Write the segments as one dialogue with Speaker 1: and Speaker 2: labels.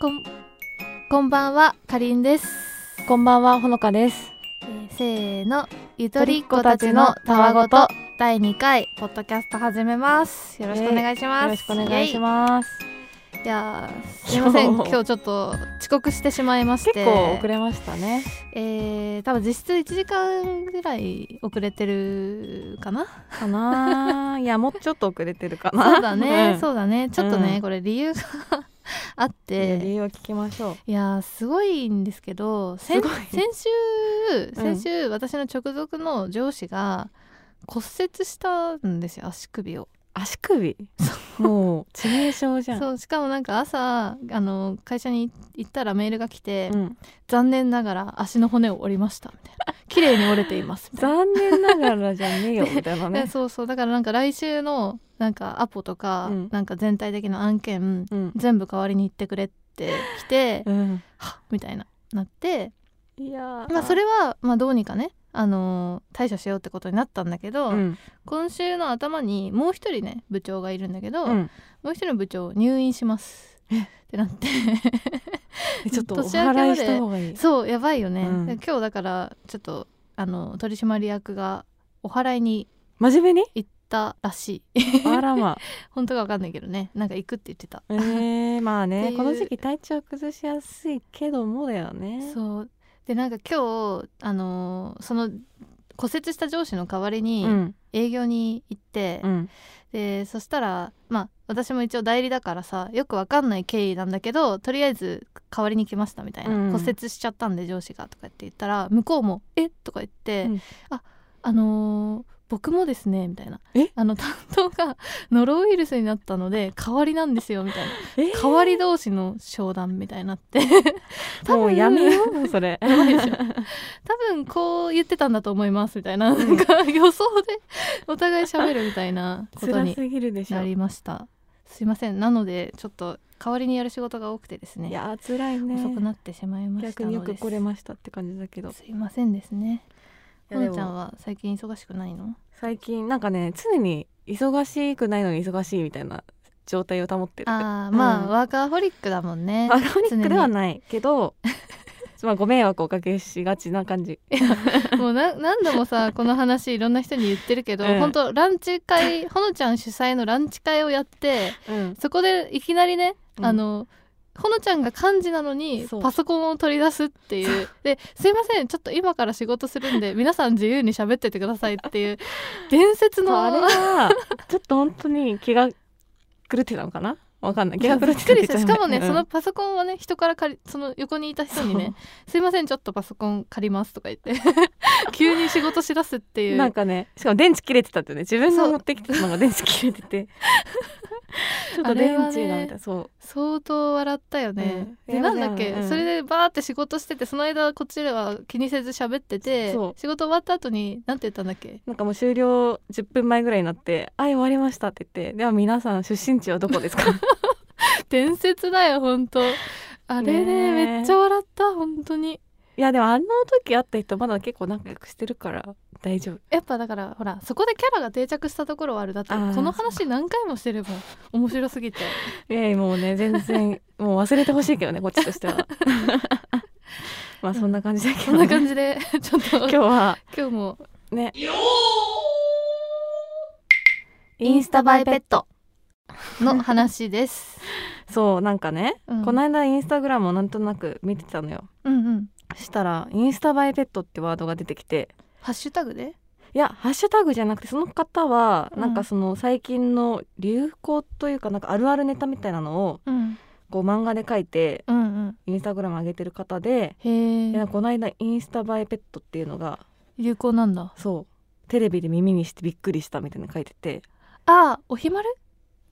Speaker 1: こん、こんばんは、かりんです。
Speaker 2: こんばんは、ほのかです。
Speaker 1: えーせーの、ゆとりっ子たちのたわごと、第2回、ポッドキャスト始めます。よろしくお願いします。
Speaker 2: よろしくお願いします。
Speaker 1: す。いやー、すいません、
Speaker 2: 今
Speaker 1: 今
Speaker 2: 日
Speaker 1: 日ちょっと遅刻してしまいまして。
Speaker 2: 結構遅れましたね。
Speaker 1: えー、多分実質1時間ぐらい遅れてるかな
Speaker 2: かな ーいや、もうちょっと遅れてるかな。
Speaker 1: そうだね、
Speaker 2: ん
Speaker 1: そうだね。ちょっとね、
Speaker 2: うん
Speaker 1: これ理由が あっ
Speaker 2: いや理
Speaker 1: て、
Speaker 2: 由を聞きましょう。
Speaker 1: いやーすごいんですけど、先
Speaker 2: すごい
Speaker 1: 先週、
Speaker 2: うん
Speaker 1: 先週、私の直属の上司が骨折したんですよ、足首を。
Speaker 2: 足首もう、致命傷じゃん。
Speaker 1: そう、しかもなんか朝、あの、会社に行ったらメールが来て、
Speaker 2: うん
Speaker 1: 残念ながら足の骨を折りました、みたい な。綺麗に折れています、みたいな。
Speaker 2: 残念ながらじゃねえよ、みたいな
Speaker 1: え
Speaker 2: ね。
Speaker 1: そうそうだからなんか来週のなんかアポとか、
Speaker 2: うん
Speaker 1: なんか全体的な案件
Speaker 2: うん。
Speaker 1: 全部代わりに行ってくれって来て、
Speaker 2: うん。
Speaker 1: はっみたいななって、
Speaker 2: いやー
Speaker 1: まあ、そ、れはまあどうにかね、あのー対処しようってことになったんだけど、
Speaker 2: うん。
Speaker 1: 今週の頭にもう一人ね部長がいるんだけど、
Speaker 2: うん
Speaker 1: もう一人の部長入院しますってなって
Speaker 2: えちょっとお
Speaker 1: 年明けまで
Speaker 2: 払いした方がいい。
Speaker 1: そうやばいよね、
Speaker 2: うん
Speaker 1: で今日だからちょっとあの取締役がお祓いに
Speaker 2: 真面 目に
Speaker 1: 行ったらしい
Speaker 2: あらまあ。
Speaker 1: 本当かわかんないけどねなんか行くって言ってた
Speaker 2: えー、まあ
Speaker 1: って
Speaker 2: ね
Speaker 1: い、う
Speaker 2: この時期体調崩しやすいけどもだよね。
Speaker 1: そうでなんか今日あのーその骨折した上司の代わり
Speaker 2: う
Speaker 1: に
Speaker 2: ん。
Speaker 1: 営業に行って、
Speaker 2: うん。
Speaker 1: でそしたらまあ私も一応代理だからさよくわかんない経緯なんだけどとりあえず代わりに来ましたみたいな、
Speaker 2: うん
Speaker 1: 骨折しちゃったんで上司がとかって言ったら向こうも「えとか言って「
Speaker 2: うん
Speaker 1: ああのー僕もですね」みたいな
Speaker 2: え
Speaker 1: あの担当が ノロウイルスになったので代わりなんですよ」みたいな
Speaker 2: えー
Speaker 1: 代わり同士の商談みたいになって多分
Speaker 2: もう やめよう、もうそれ。
Speaker 1: ばいでしょ多分こう言ってたんだと思いますみたいななんか予想でお互い喋るみたいなこと
Speaker 2: 辛
Speaker 1: に
Speaker 2: すぎるでしょ
Speaker 1: なりましたすいませんなのでちょっと代わりにやる仕事が多くてですね
Speaker 2: いやー辛いね
Speaker 1: 遅くなってしまいました
Speaker 2: 逆
Speaker 1: の
Speaker 2: に
Speaker 1: で
Speaker 2: よく来れましたって感じだけど
Speaker 1: すいませんですね
Speaker 2: い
Speaker 1: ほ
Speaker 2: や
Speaker 1: の
Speaker 2: でも
Speaker 1: ちゃんは最近忙しくないの
Speaker 2: 最近なんかね常に忙しくないのに忙しいみたいな状態を保ってる
Speaker 1: ああまあ、
Speaker 2: うん
Speaker 1: ワーカーホリックだもんね
Speaker 2: マカニックではないけど まあご迷惑をおかけしがちな感じ
Speaker 1: もうな何度もさこの話いろんな人に言ってるけ ど、
Speaker 2: うん
Speaker 1: 本当ランチ会ほのちゃん主催のランチ会をやって
Speaker 2: うん
Speaker 1: そこでいきなりね、
Speaker 2: うん
Speaker 1: あのほのちゃんが幹事なのに
Speaker 2: そう
Speaker 1: パソコンを取り出すっていうで「すいませんちょっと今から仕事するんで皆さん自由に喋っててください」っていう伝説
Speaker 2: そうあれ
Speaker 1: の
Speaker 2: はちょっと本当に気が狂ってたのかなわかんない気
Speaker 1: び
Speaker 2: が
Speaker 1: っ
Speaker 2: 狂ってた
Speaker 1: くりしたしかもね、
Speaker 2: うん
Speaker 1: そのパソコンはね人から借りその横にいた人にね「すいませんちょっとパソコン借ります」とか言って 急に仕事しだすっていう
Speaker 2: なんかねしかも電池切れてたってね自分
Speaker 1: そ
Speaker 2: の
Speaker 1: う
Speaker 2: 持ってきてたのが電池切れて てちょっ
Speaker 1: あ
Speaker 2: と電
Speaker 1: れ
Speaker 2: 池
Speaker 1: は
Speaker 2: が
Speaker 1: ね
Speaker 2: みたいなそう
Speaker 1: 相当笑ったよね、
Speaker 2: うん
Speaker 1: でなんだっけ、
Speaker 2: うん
Speaker 1: それでバーって仕事しててその間こっちらは気にせず喋ってて
Speaker 2: そう
Speaker 1: 仕事終わった後になんて言ったんだっけ
Speaker 2: なんかもう終了10分前ぐらいになって「はい終わりました」って言って「では皆さん出身地はどこです か?
Speaker 1: 伝説だよ本当あれね
Speaker 2: ねえ
Speaker 1: めっちゃ笑った本当に」
Speaker 2: いやでもあの時会った人まだ結構仲良くしてるから大丈夫
Speaker 1: やっぱだからほらそこでキャラが定着したところはあるだって
Speaker 2: あー
Speaker 1: この話何回もしてれば面白すぎて
Speaker 2: いやいやもうね全然もう忘れてほしい けどねこっちとしてはまあそんな感じだけ
Speaker 1: こ
Speaker 2: ど、
Speaker 1: ん
Speaker 2: ね、
Speaker 1: な感じで ちょっと今
Speaker 2: 今日は
Speaker 1: 日も
Speaker 2: ね
Speaker 1: インスタ映えペッ
Speaker 2: ト
Speaker 1: の話です、
Speaker 2: そうなんかね、
Speaker 1: うん
Speaker 2: この間インスタグラムをなんとなく見てたのよ
Speaker 1: うんうん
Speaker 2: したらインスタ映えペットってワードが出てきて
Speaker 1: ハッシュタグで
Speaker 2: いやハッシュタグじゃなくてその方は、
Speaker 1: うん
Speaker 2: なんかその最近の流行というかなんかあるあるネタみたいなのを
Speaker 1: うん
Speaker 2: こう漫画で書いて
Speaker 1: うんうん
Speaker 2: インスタグラム上げてる方で、
Speaker 1: へ
Speaker 2: いや
Speaker 1: え
Speaker 2: この間インスタ映えペットっていうのが
Speaker 1: 有効なんだ
Speaker 2: そうテレビで耳にしてびっくりしたみたいなの書いてて
Speaker 1: あおひまる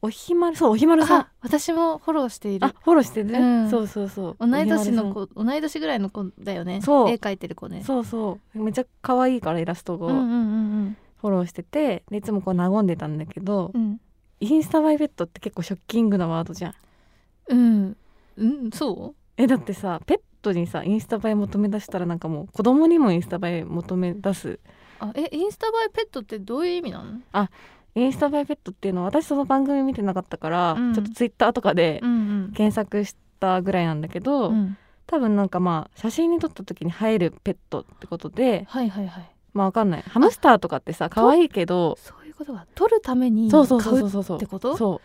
Speaker 2: おひまるそうおひまるさん
Speaker 1: あ私もフォローしている
Speaker 2: あフォローしてね、
Speaker 1: うん
Speaker 2: そうそうそう
Speaker 1: 同い年の
Speaker 2: お
Speaker 1: 子同い年ぐらいの子だよね
Speaker 2: そう
Speaker 1: 絵描いてる子
Speaker 2: ひまるさん
Speaker 1: ね
Speaker 2: そうそうめっちゃ可愛いからイラス
Speaker 1: う
Speaker 2: ト
Speaker 1: んう
Speaker 2: を
Speaker 1: んうん
Speaker 2: フォローしてて、でいつもこう和んでたんだけど、
Speaker 1: うんうん
Speaker 2: インスタ映えペットって結構ショッキングなワードじゃん
Speaker 1: うん、うん、そう
Speaker 2: えだってさペットにさインスタ映え求め出したらなんかもう子供にもインスタ映え求め出す
Speaker 1: あえインスタ映えペットってどういう意味なの
Speaker 2: インスタ映えペットっていうのは私その番組見てなかったから、
Speaker 1: うん
Speaker 2: ちょっとツイッターとかで
Speaker 1: うんうん
Speaker 2: 検索しったぐらいなんだけど、
Speaker 1: うん
Speaker 2: 多分なんかまあ写真に撮った時に映えるペットってことで
Speaker 1: はいはいはい
Speaker 2: まあわかんないハムスターとかってさ可愛いけど
Speaker 1: そういうことが取るために買
Speaker 2: そううそうそう
Speaker 1: っ
Speaker 2: そうそう
Speaker 1: てこと
Speaker 2: そ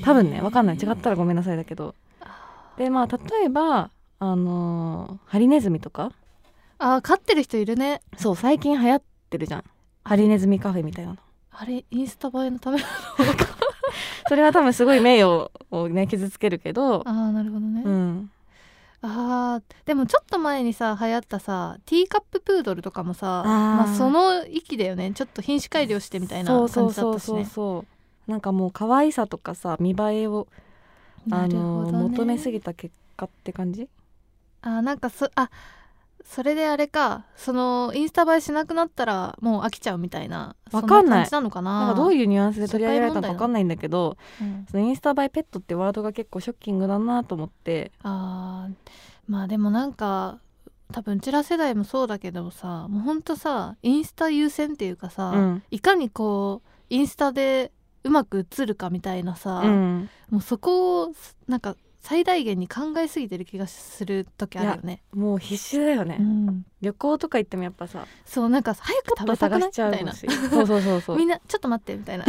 Speaker 2: う多分ねわかんない違ったらごめんなさいだけど
Speaker 1: あ
Speaker 2: でまあ例えばあのーハリネズミとか
Speaker 1: ー飼ってる人いるね
Speaker 2: そう最近流行ってるじゃんハリネズミカフェみたいなの
Speaker 1: あれインスタ映えのため
Speaker 2: それは多分すごい名誉を ね傷つけるけど
Speaker 1: ああなるほどね、
Speaker 2: うん
Speaker 1: あーでもちょっと前にさ流行ったさティーカッププードルとかもさ
Speaker 2: あー
Speaker 1: まあ、その域だよねちょっと品種改良してみたいな
Speaker 2: そ
Speaker 1: 感
Speaker 2: うそう
Speaker 1: じだ
Speaker 2: そ
Speaker 1: っ
Speaker 2: う
Speaker 1: たし
Speaker 2: そう
Speaker 1: ね
Speaker 2: そうなんかもう可愛さとかさ見栄えを、あのー求めすぎ
Speaker 1: た
Speaker 2: た結果って感じ
Speaker 1: あーなんかそあそれであれかそのインスタ映えしなくなったらもう飽きちゃうみたいな
Speaker 2: わかんな
Speaker 1: そな感
Speaker 2: い
Speaker 1: じなのかな
Speaker 2: なんかどう
Speaker 1: う、
Speaker 2: いうニュアンスで取り上げられた
Speaker 1: 社会問題な
Speaker 2: のか
Speaker 1: の
Speaker 2: 分かんないんだけど
Speaker 1: うん
Speaker 2: そのインスタ映えペットってワードが結構ショッキングだなと思って
Speaker 1: あーまあでもなんか多分うちら世代もそうだけどさもうほんとさインスタ優先っていうかさ、
Speaker 2: うん、
Speaker 1: いかにこうインスタでうまく映るかみたいなさ、
Speaker 2: うん、
Speaker 1: もうそこをなんか最大限に考えすぎてる気がする時あるよね。
Speaker 2: もう必死だよね、
Speaker 1: うん
Speaker 2: 旅行とか行ってもやっぱさ
Speaker 1: そうなんか早く
Speaker 2: ちょ
Speaker 1: 食
Speaker 2: っと
Speaker 1: べたく
Speaker 2: 探
Speaker 1: ないみ
Speaker 2: しちゃ
Speaker 1: た
Speaker 2: う
Speaker 1: いな
Speaker 2: しそうそうそうそ う
Speaker 1: みんなちょっと待ってみ たいな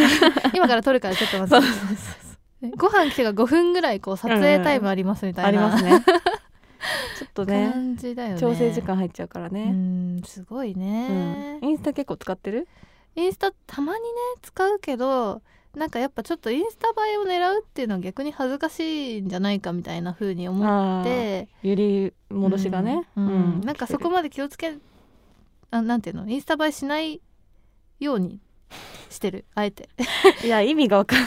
Speaker 1: 今から撮るからちょっと待
Speaker 2: そう
Speaker 1: っ
Speaker 2: そ
Speaker 1: て
Speaker 2: うそうそう
Speaker 1: ご飯来てから5分ぐらいこう撮影タイムありますみた
Speaker 2: あ
Speaker 1: い
Speaker 2: り
Speaker 1: な、
Speaker 2: ま すねちょっとね
Speaker 1: 感じだよね
Speaker 2: 調整時間入っちゃうから
Speaker 1: う
Speaker 2: ね、
Speaker 1: んすごいね、
Speaker 2: うんインスタ結構使ってる
Speaker 1: インスタたまにね使うけどなんかやっぱちょっとインスタ映えを狙うっていうのは逆に恥ずかしいんじゃないかみたいな風に思っ
Speaker 2: あー
Speaker 1: て
Speaker 2: 揺り戻しがね、
Speaker 1: うんうんなんかそこまで気をつけあなんていうのインスタ映えしないようにしてるあえて
Speaker 2: いや意味がわかん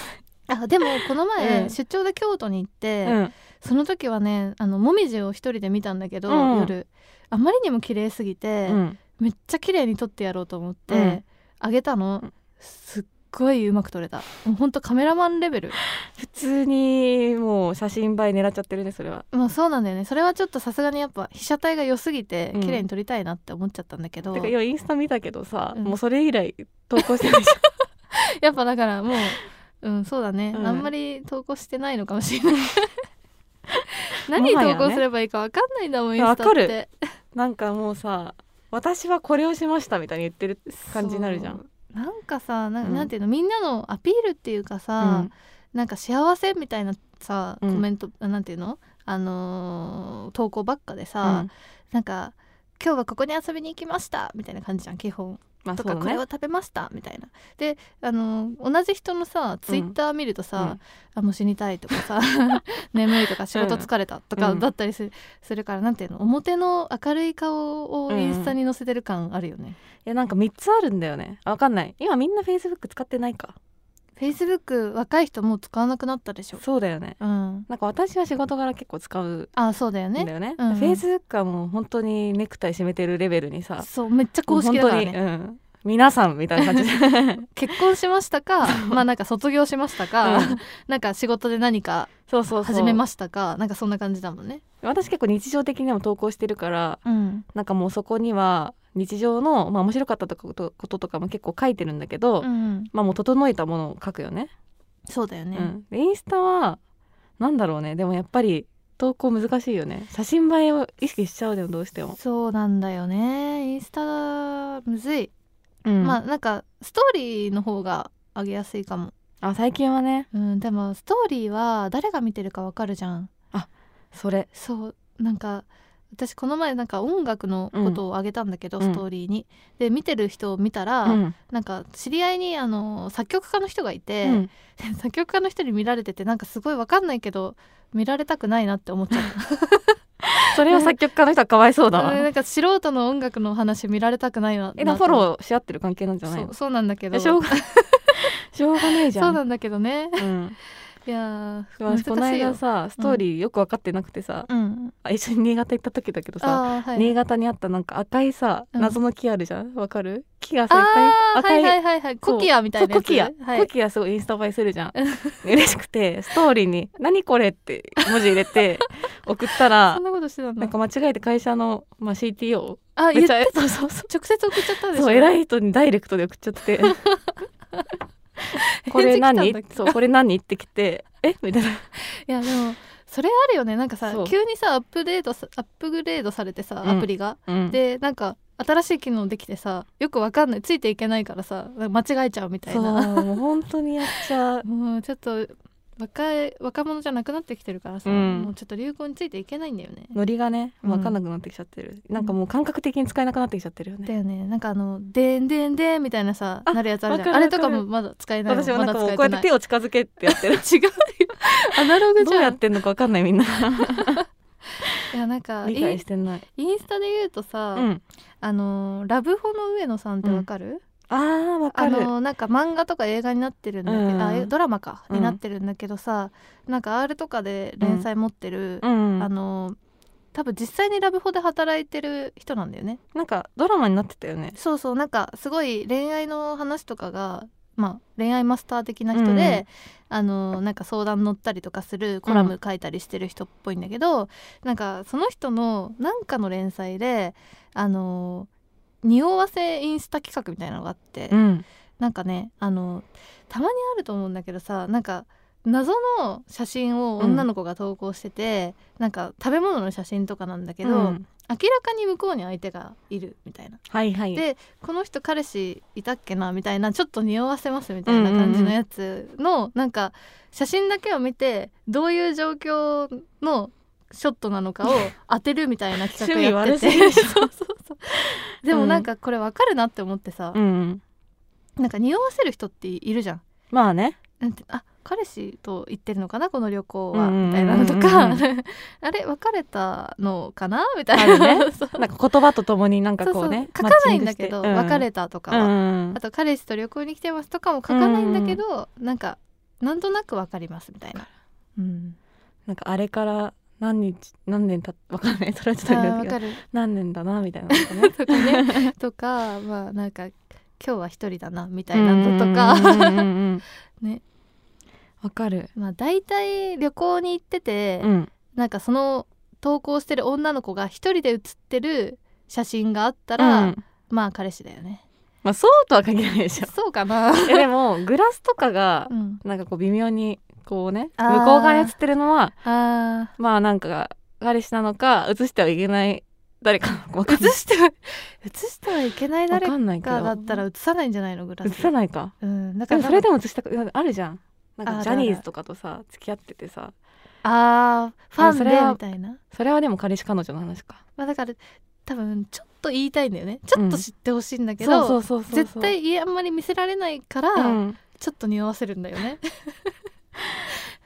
Speaker 1: あでもこの前、
Speaker 2: うん
Speaker 1: 出張で京都に行って、
Speaker 2: ない、うん、
Speaker 1: その時はねあのもみじを一人で見たんだけど、
Speaker 2: うん
Speaker 1: 夜あまりにも綺麗すぎて、
Speaker 2: うん
Speaker 1: めっちゃ綺麗に撮ってやろうと思って、
Speaker 2: うん
Speaker 1: あげたの
Speaker 2: うん
Speaker 1: すっごいうまく撮れたもうほんとカメラマンレベル
Speaker 2: 普通にもう写真映え狙っちゃってるねそれは
Speaker 1: もうそうなんだよねそれはちょっとさすがにやっぱ被写体が良すぎて
Speaker 2: うん
Speaker 1: 綺麗に撮りたいなって思っちゃったんだけど、
Speaker 2: てか今インスタ見たけどさ、
Speaker 1: うん
Speaker 2: もうそれ以来投稿してないじ
Speaker 1: やっぱだからもううんそうだね、
Speaker 2: うん
Speaker 1: あんまり投稿してないのかもしれ ない何
Speaker 2: もはや
Speaker 1: 投
Speaker 2: ね
Speaker 1: 稿すればいいか分かんないんだもんイ
Speaker 2: い
Speaker 1: ン
Speaker 2: や
Speaker 1: スタっ
Speaker 2: わか
Speaker 1: て
Speaker 2: ゃん なんかもうさ私はこれをしましたみたいに言ってる感じになるじゃん
Speaker 1: そうなんかさな
Speaker 2: うん
Speaker 1: なんていうの、みんなのアピールっていうかさ、なんか幸せみたいなさコ
Speaker 2: うん
Speaker 1: メント、あなんていうのあのー投稿ばっかで
Speaker 2: うん
Speaker 1: さ、なんか今日はここに遊びに行きましたみたいな感じじゃん基本
Speaker 2: まあ
Speaker 1: と
Speaker 2: そうだ
Speaker 1: か
Speaker 2: ね
Speaker 1: これを食べましたみたいなであのー同じ人のさツイッター見るとさ、あもう死にたいとかさ 眠いとか仕事疲れたとか
Speaker 2: うん
Speaker 1: だったりする,、するからなんていうの表の明るい顔をインスタに載せてる感あるよね、
Speaker 2: いやなんか3つあるんだよねあわかんない今みんなフェイスブック使ってないか
Speaker 1: Facebook 若い人もう使わなくなったでしょ
Speaker 2: そうだよね
Speaker 1: うん
Speaker 2: なんか私は仕事柄結構使うん
Speaker 1: あそうだよね
Speaker 2: だよね
Speaker 1: うんうん
Speaker 2: フェイスブックはもう本当にネクタイ締めてるレベルにさ
Speaker 1: そうめっちゃ公式だから
Speaker 2: もう
Speaker 1: ね
Speaker 2: 本当に、うん、皆さんみたいな感 じで
Speaker 1: 結婚しました かまあなんか卒業しましたか、
Speaker 2: うん
Speaker 1: なんか仕事で何か
Speaker 2: そうそうそう
Speaker 1: 始めましたかなんかそんな感じだもんね
Speaker 2: 私結構日常的にも投稿してるから
Speaker 1: うん
Speaker 2: なんかもうそこには日常の、まあ、面白かったとかことこととかも結構書いてるんだけど、
Speaker 1: うん
Speaker 2: まあもう整えたものを書くよね。
Speaker 1: そうだよね、
Speaker 2: うん、でインスタはなんだろうねでもやっぱり投稿難しいよね写真映えを意識しちゃうでもどうしても。
Speaker 1: そうなんだよねインスタむずい、
Speaker 2: うん
Speaker 1: まあなんかストーリーの方が上げやすいかも、
Speaker 2: あ最近はね
Speaker 1: うん、でもストーリーは誰が見てるかわかるじゃん
Speaker 2: それ
Speaker 1: そうなんか私この前なんか音楽のことをあげたんだけど、
Speaker 2: うん
Speaker 1: ストーリーに。で見てる人を見たら、
Speaker 2: うん
Speaker 1: なんか知り合いにあの作曲家の人がいて、
Speaker 2: うん
Speaker 1: で 作曲家の人に見られててなんかすごいわかんないけど見られたくないなって思っちゃった
Speaker 2: それは作曲家の人はかわいそうだわ。
Speaker 1: うんなんか素人の音楽の話見られたくないな
Speaker 2: えなフォローし合ってる関係なんじゃない
Speaker 1: そ
Speaker 2: の
Speaker 1: うそうなんだけど
Speaker 2: えしょうが しょうがないじゃん。
Speaker 1: そうなんだけどね
Speaker 2: うん
Speaker 1: いやー
Speaker 2: でも私この
Speaker 1: 難しいよ
Speaker 2: 間さストーリーよく分かってなくてさ、
Speaker 1: うん
Speaker 2: あ一緒に新潟行った時だけどさ
Speaker 1: あーはい
Speaker 2: 新潟にあったなんか赤いさ、
Speaker 1: うん
Speaker 2: 謎の木あるじゃんわかる木がさいっ
Speaker 1: あー
Speaker 2: ぱ
Speaker 1: はいい
Speaker 2: 赤
Speaker 1: はい
Speaker 2: い、
Speaker 1: はいはいコキアみたいな
Speaker 2: そう
Speaker 1: や
Speaker 2: コ
Speaker 1: つ
Speaker 2: キア、
Speaker 1: はい
Speaker 2: コキアすごいインスタ映えするじゃん嬉しくてストーリーに「何これ」って文字入れて送ったら
Speaker 1: そんなことしてたんだ
Speaker 2: なんか間違えて会社の、まあ、CTO
Speaker 1: あ言
Speaker 2: め
Speaker 1: っ
Speaker 2: っちゃ
Speaker 1: て
Speaker 2: そうそうそ
Speaker 1: 直接送っちゃった
Speaker 2: う
Speaker 1: でしょ
Speaker 2: そう偉い人にダイレクトで送っちゃって これ
Speaker 1: 返事来たん
Speaker 2: 何
Speaker 1: だっけ
Speaker 2: そうこれ何ってきてえみたいない
Speaker 1: やでもそそれあるよねなんかさ
Speaker 2: そう
Speaker 1: 急にさアップデートさアップグレードされてさ
Speaker 2: うん
Speaker 1: アプリが、
Speaker 2: うん
Speaker 1: でなんか新しい機能できてさよくわかんないついていけないからさ間違えちゃうみたい
Speaker 2: そう
Speaker 1: な
Speaker 2: もう本当にやっ ちゃう
Speaker 1: もうちょっと若い若者じゃなくなってきてるからさ、
Speaker 2: うん
Speaker 1: もうちょっと流行についていけないんだよね。
Speaker 2: ノリがね
Speaker 1: うん
Speaker 2: 分かんなくなってきちゃってる、なんかもう感覚的に使えなくなってきちゃってるよ
Speaker 1: だ
Speaker 2: ね、
Speaker 1: よねなんかあの「でんでんでん」みたいなさ
Speaker 2: あ
Speaker 1: なるやつあるじゃんあ
Speaker 2: わかる
Speaker 1: れと
Speaker 2: わかる
Speaker 1: かもまだ使えない
Speaker 2: 私はなんかもうこうやって
Speaker 1: 手
Speaker 2: 手を近づけってや ってる
Speaker 1: 違う よアナログ
Speaker 2: ど
Speaker 1: じ
Speaker 2: うや
Speaker 1: ゃ
Speaker 2: っ
Speaker 1: ん
Speaker 2: てんのか分かんないみんな
Speaker 1: いやなんか
Speaker 2: 理
Speaker 1: イ
Speaker 2: 解
Speaker 1: ン
Speaker 2: してない
Speaker 1: インスタで言うとさ、
Speaker 2: うん
Speaker 1: あのラブホの上野さんってわかる、
Speaker 2: あー分か
Speaker 1: あ
Speaker 2: る
Speaker 1: のなんか漫画とか映画になってるんだけど、
Speaker 2: うん
Speaker 1: あえドラマか、
Speaker 2: うん
Speaker 1: になってるんだけどさなんか R とかで連載持ってる、
Speaker 2: うん
Speaker 1: あの多分実際にラブホで働いてる人なんだよね
Speaker 2: なんかドラマになってたよね
Speaker 1: そうそうなんかすごい恋愛の話とかがまあ恋愛マスター的な人で、あのなんか相談乗ったりとかするコラム書いたりしてる人っぽいんだけど、なんかその人のなんかの連載であの匂わせインスタ企画みたいなのがあって、
Speaker 2: うん
Speaker 1: なんかねあのたまにあると思うんだけどさなんか謎の写真を女の子が投稿してて、なんか食べ物の写真とかなんだけど、
Speaker 2: うん
Speaker 1: 明らかに向こうに相手がいるみたいな
Speaker 2: はいはい
Speaker 1: でこの人彼氏いたっけなみたいなちょっと匂わせますみたいな感じのやつの、なんか写真だけを見てどういう状況のショットなのかを当てるみたいな企画やってて
Speaker 2: 趣味悪す
Speaker 1: そうそうそうでもなんかこれわかるなって思ってさ
Speaker 2: う、ん
Speaker 1: なんか匂わせる人っているじゃん
Speaker 2: まあね
Speaker 1: なんてあ彼氏と行ってるのかなこの旅行は、
Speaker 2: うんうんうん
Speaker 1: みたいなのとか、
Speaker 2: うん
Speaker 1: あれ別れたのかなみたい
Speaker 2: あ
Speaker 1: な
Speaker 2: るね
Speaker 1: そう
Speaker 2: なんか言葉とともになんか
Speaker 1: そう
Speaker 2: こ
Speaker 1: そうう
Speaker 2: ね
Speaker 1: 書かないんだけど、
Speaker 2: マッチングして
Speaker 1: 別れたとか
Speaker 2: うん
Speaker 1: は、
Speaker 2: うん
Speaker 1: あと彼氏と旅行に来てますとかも書かないんだけど、なんかなんとなくわかりますみたいな。うん、
Speaker 2: なんかあれから何日何年た わかんないそれはちょっ
Speaker 1: あ
Speaker 2: とあれ
Speaker 1: ー
Speaker 2: だ
Speaker 1: わ
Speaker 2: けど
Speaker 1: かる
Speaker 2: 何年だなみたいなのとか ね
Speaker 1: とかね とかまあなんか今日は一人だなみたいなのと
Speaker 2: うんうんう
Speaker 1: か
Speaker 2: んうん
Speaker 1: ね
Speaker 2: わかる
Speaker 1: まあ大体旅行に行ってて、
Speaker 2: うん
Speaker 1: なんかその投稿してる女の子が一人で写ってる写真があったら、
Speaker 2: うん
Speaker 1: まあ彼氏だよね
Speaker 2: まあそうとは限らないでしょ
Speaker 1: そうかな、
Speaker 2: いやでもグラスとかが
Speaker 1: うん、
Speaker 2: なんかこう微妙にこうね
Speaker 1: あー
Speaker 2: 向こう側に映ってるのは
Speaker 1: あ
Speaker 2: まあなんか彼氏なのか映してはいけない誰かなのかわかんない
Speaker 1: しては写してはいけない
Speaker 2: わ
Speaker 1: 誰
Speaker 2: か
Speaker 1: か
Speaker 2: んないけど
Speaker 1: だったら写さないんじゃないのグラス
Speaker 2: 映さないか
Speaker 1: うんだ
Speaker 2: で
Speaker 1: か
Speaker 2: も
Speaker 1: ら
Speaker 2: それでも映したくあるじゃんなん
Speaker 1: あ
Speaker 2: か
Speaker 1: ー
Speaker 2: ジャニーズとかとさ付き合っててさ
Speaker 1: あーファン
Speaker 2: でもそれ
Speaker 1: で
Speaker 2: は
Speaker 1: みたいな
Speaker 2: それはでも彼氏彼女の話か
Speaker 1: まあだから多分ちょっと言いたいんだよねちょっと知ってほしいんだけど、
Speaker 2: そうそうそうそう
Speaker 1: 絶対家あんまり見せられないから、
Speaker 2: うん
Speaker 1: ちょっと匂わせるんだよね。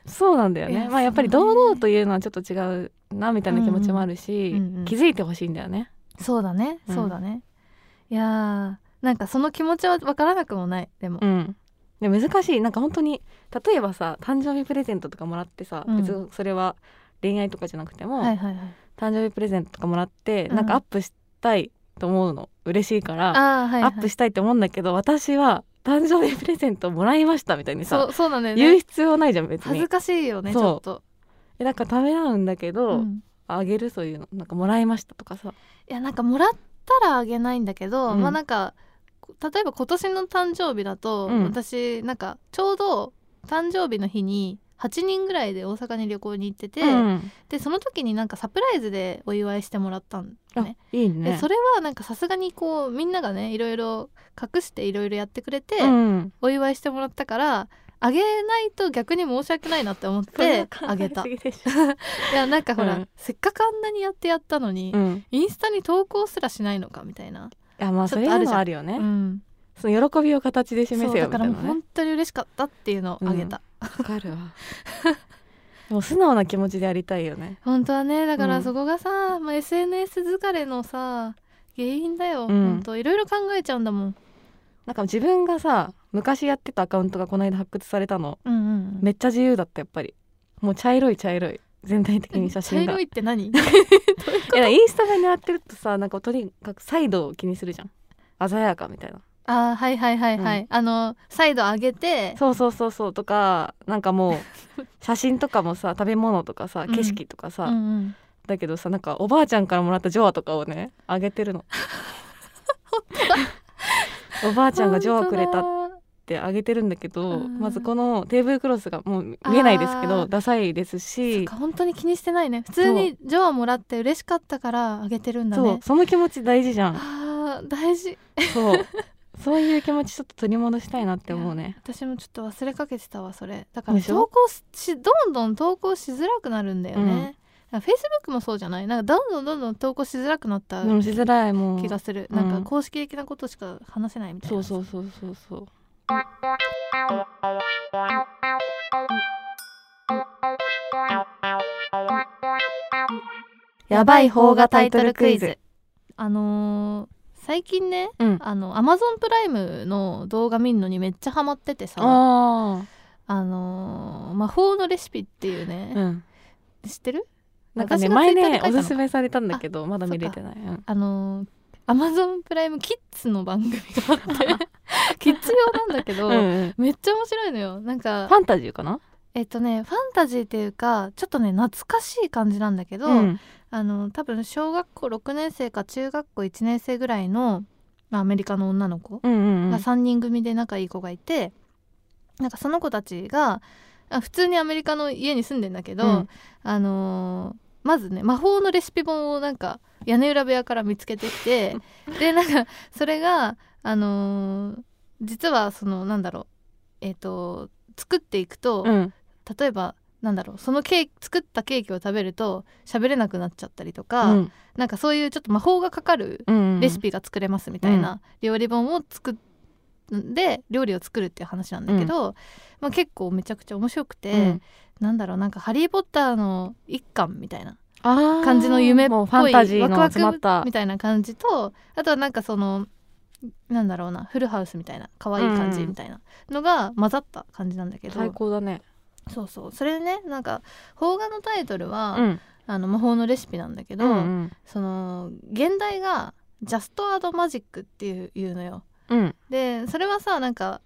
Speaker 2: そうなんだよ
Speaker 1: いや
Speaker 2: ねまあやっぱり
Speaker 1: そうね
Speaker 2: 堂々というのはちょっと違うなみたいな気持ちもあるし、
Speaker 1: うんうんうんうん
Speaker 2: 気づいてほしいんだよね
Speaker 1: そうだね、
Speaker 2: うん
Speaker 1: そうだね。いやーなんかその気持ちはわからなくもないでも、
Speaker 2: うんで難しいなんか本当に例えばさ誕生日プレゼントとかもらってさ、
Speaker 1: うん
Speaker 2: 別にそれは恋愛とかじゃなくても、
Speaker 1: はいはいはい。
Speaker 2: 誕生日プレゼントとかもらって、
Speaker 1: うん
Speaker 2: なんかアップしたいと思うの嬉しいから、
Speaker 1: あーはいはい、
Speaker 2: アップしたいと思うんだけど私は誕生日プレゼントもらいましたみたいに
Speaker 1: そ
Speaker 2: さ、
Speaker 1: うそうなんだよ
Speaker 2: 言う
Speaker 1: ね
Speaker 2: 必要ないじゃん別
Speaker 1: 恥ず
Speaker 2: に
Speaker 1: かしいよねち
Speaker 2: そう
Speaker 1: ょっと、
Speaker 2: えなんかためらうんだけど、
Speaker 1: うん
Speaker 2: あげるそういうのなんかもらいましたとかさ
Speaker 1: いやなんかもらったらあげないんだけど、
Speaker 2: うん
Speaker 1: まあなんか例えば今年の誕生日だと、
Speaker 2: うん
Speaker 1: 私なんかちょうど誕生日の日に8人ぐらいで大阪に旅行に行ってて、
Speaker 2: うん
Speaker 1: でその時になんかサプライズでお祝いしてもらったんだ
Speaker 2: あ
Speaker 1: ね。
Speaker 2: いい
Speaker 1: で
Speaker 2: ね
Speaker 1: それはなんかさすがにこうみんながねいろいろ隠していろいろやってくれて、
Speaker 2: うん
Speaker 1: お祝いしてもらったからあげないと逆に申し訳ないなって思っ
Speaker 2: それは
Speaker 1: て
Speaker 2: 考え
Speaker 1: あげた
Speaker 2: す
Speaker 1: い
Speaker 2: ぎでしょ
Speaker 1: やなんかほら、
Speaker 2: うん
Speaker 1: せっかくあんなにやってやったのに、
Speaker 2: うん
Speaker 1: インスタに投稿すらしないのかみたいな、
Speaker 2: いやまあ
Speaker 1: ちょ
Speaker 2: そ
Speaker 1: っ
Speaker 2: れ
Speaker 1: とあるじゃん
Speaker 2: のあるよね、
Speaker 1: うん、
Speaker 2: その喜びを形で示
Speaker 1: そう
Speaker 2: せよ
Speaker 1: だか
Speaker 2: みた
Speaker 1: ら
Speaker 2: いな
Speaker 1: もう
Speaker 2: ね
Speaker 1: 本当に嬉しかったっていうのをあげた、
Speaker 2: わかるわ でも素直な気持ちでやりたいよね
Speaker 1: 本当はねだから
Speaker 2: うん
Speaker 1: そこがさ、まあ、SNS 疲れのさ原因だよ、
Speaker 2: ん
Speaker 1: 本当いろいろ考えちゃうんだもん
Speaker 2: なんか自分がさ昔やってたアカウントがこの間発掘されたの
Speaker 1: うんうん
Speaker 2: めっちゃ自由だったやっぱりもう茶色い茶色い全体的に写真
Speaker 1: 茶
Speaker 2: が
Speaker 1: 色い
Speaker 2: い
Speaker 1: って何
Speaker 2: やインスタが狙ってるとさなんかとにかくサイドを気にするじゃん鮮やかみたいな
Speaker 1: あーはいはいはいはい、
Speaker 2: う
Speaker 1: あの再度上げて
Speaker 2: そうそうそうそうとかなんかもう写真とかもさ食べ物とかさ
Speaker 1: うん
Speaker 2: 景色とかさ、
Speaker 1: うんうん
Speaker 2: だけどさなんかおばあちゃんからもらったジョアとかをねあげてるのおばあちゃんがジョアくれたっ
Speaker 1: 本当だ
Speaker 2: してあげてるんだけど、
Speaker 1: うん
Speaker 2: まずこのテーブルクロスがもう見えないですけ
Speaker 1: あ
Speaker 2: ど
Speaker 1: ー
Speaker 2: ダサいです
Speaker 1: そっ
Speaker 2: し
Speaker 1: か本当に気にしてないね普通にジョアもらって嬉しかったからあげてるんだ
Speaker 2: そう
Speaker 1: ね
Speaker 2: その気持ち大事じ ゃん
Speaker 1: あー大事
Speaker 2: そうそういう気持ちちょっと取り戻したいなって思うね
Speaker 1: 私もちょっと忘れかけてたわそれだから
Speaker 2: でしょ
Speaker 1: 投稿しどんどん投稿しづらくなるんだよね、フェイスブックもそうじゃないなんかどんどんどんどん投稿しづらくなった
Speaker 2: でもしづらいもう
Speaker 1: 気がする、
Speaker 2: うん
Speaker 1: なんか公式的なことしか話せないみたいな
Speaker 2: そうそうそうそうそうやばい方がタイトルクイズ
Speaker 1: あのー最近ね
Speaker 2: うん
Speaker 1: あのアマゾンプライムの動画見るのにめっちゃハマっててさあ
Speaker 2: あ
Speaker 1: のー魔法のレシピっていうね
Speaker 2: ー、うん
Speaker 1: 知ってる
Speaker 2: なんか
Speaker 1: 私がツ
Speaker 2: ね
Speaker 1: イ
Speaker 2: 前
Speaker 1: ッターに書い
Speaker 2: ね
Speaker 1: た
Speaker 2: お
Speaker 1: の
Speaker 2: すすめされたんだけどまだ見れてない、うん
Speaker 1: あのアマゾンプライムキッズの番組があ ってキッズ用なんだけど、
Speaker 2: うんうん
Speaker 1: めっちゃ面白いのよなんか
Speaker 2: ファンタジーかな
Speaker 1: えっとねファンタジーっていうかちょっとね懐かしい感じなんだけど、
Speaker 2: うん
Speaker 1: あの多分小学校6年生か中学校1年生ぐらいのまあアメリカの女の子
Speaker 2: うんうんうん
Speaker 1: が3人組で仲いい子がいて、なんかその子たちがあ普通にアメリカの家に住んでんだけど、
Speaker 2: うん
Speaker 1: あのーまずね魔法のレシピ本をなんか屋根裏部屋から見つけてき てでなんかそれがあのー実はそのなんだろうえっ、と作っていくと、
Speaker 2: うん
Speaker 1: 例えばなんだろうそのケーキ作ったケーキを食べると喋れなくなっちゃったりとか、
Speaker 2: うん
Speaker 1: なんかそういうちょっと魔法がかかる
Speaker 2: うん
Speaker 1: レシピが作れますみたいな料理本を作っで料理を作るっていう話なんだけど、まあ、結構めちゃくちゃ面白くて、
Speaker 2: うん
Speaker 1: なんだろうなんか「ハリー・ポッター」の一巻みたいな
Speaker 2: 感
Speaker 1: 感じの夢っぽい
Speaker 2: ファンタジーの
Speaker 1: ワク
Speaker 2: 集ま
Speaker 1: ワ
Speaker 2: っ
Speaker 1: ク
Speaker 2: た
Speaker 1: みたいな感じとあとはなんかそのなんだろうなフルハウスみたいな可愛い感じみたいなのが混ざった感じなんだけど、
Speaker 2: 最高だね
Speaker 1: そうそうそれでねなんか邦画のタイトルは「
Speaker 2: うん
Speaker 1: あの魔法のレシピ」なんだけど、
Speaker 2: うん
Speaker 1: その現代が「ジャスト・アド・マジック」っていういうのよ。
Speaker 2: うん
Speaker 1: でそれはさなんか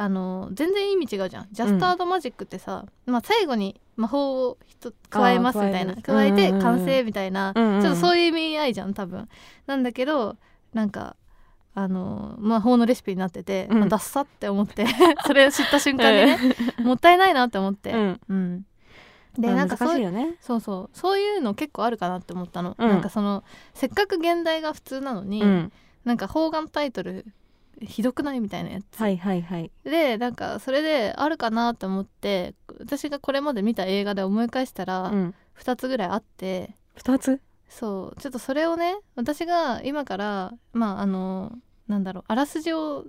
Speaker 1: あの全然意味違うじゃんジャスタードマジックってさ、まあ、最後に魔法を一つ加えますみたいな
Speaker 2: あー
Speaker 1: 加
Speaker 2: 加
Speaker 1: え
Speaker 2: える
Speaker 1: て
Speaker 2: うんうんうん
Speaker 1: 完成みたいな、
Speaker 2: うんうん
Speaker 1: ちょっとそういう意味合いじゃん多分なんだけどなんかあの魔法のレシピになってて、
Speaker 2: うん
Speaker 1: まあ、ダッサって思って それを知った瞬間にね、もったいないなって思って、
Speaker 2: うん
Speaker 1: うんで
Speaker 2: でな
Speaker 1: なんん
Speaker 2: か
Speaker 1: か
Speaker 2: 難
Speaker 1: そ
Speaker 2: し
Speaker 1: う
Speaker 2: いよね
Speaker 1: そうそうそういうの結構あるかなって思ったの、
Speaker 2: うん
Speaker 1: なんかそのせっかく現代が普通なのに、
Speaker 2: うん
Speaker 1: なんか方眼タイトルひどくないみたいなやつ、
Speaker 2: はいはいはい
Speaker 1: でなんかそれであるかなと思って私がこれまで見た映画で思い返したら
Speaker 2: うん
Speaker 1: 2つぐらいあって、
Speaker 2: 二つ
Speaker 1: そうちょっとそれをね私が今からまああのなんだろうあらすじを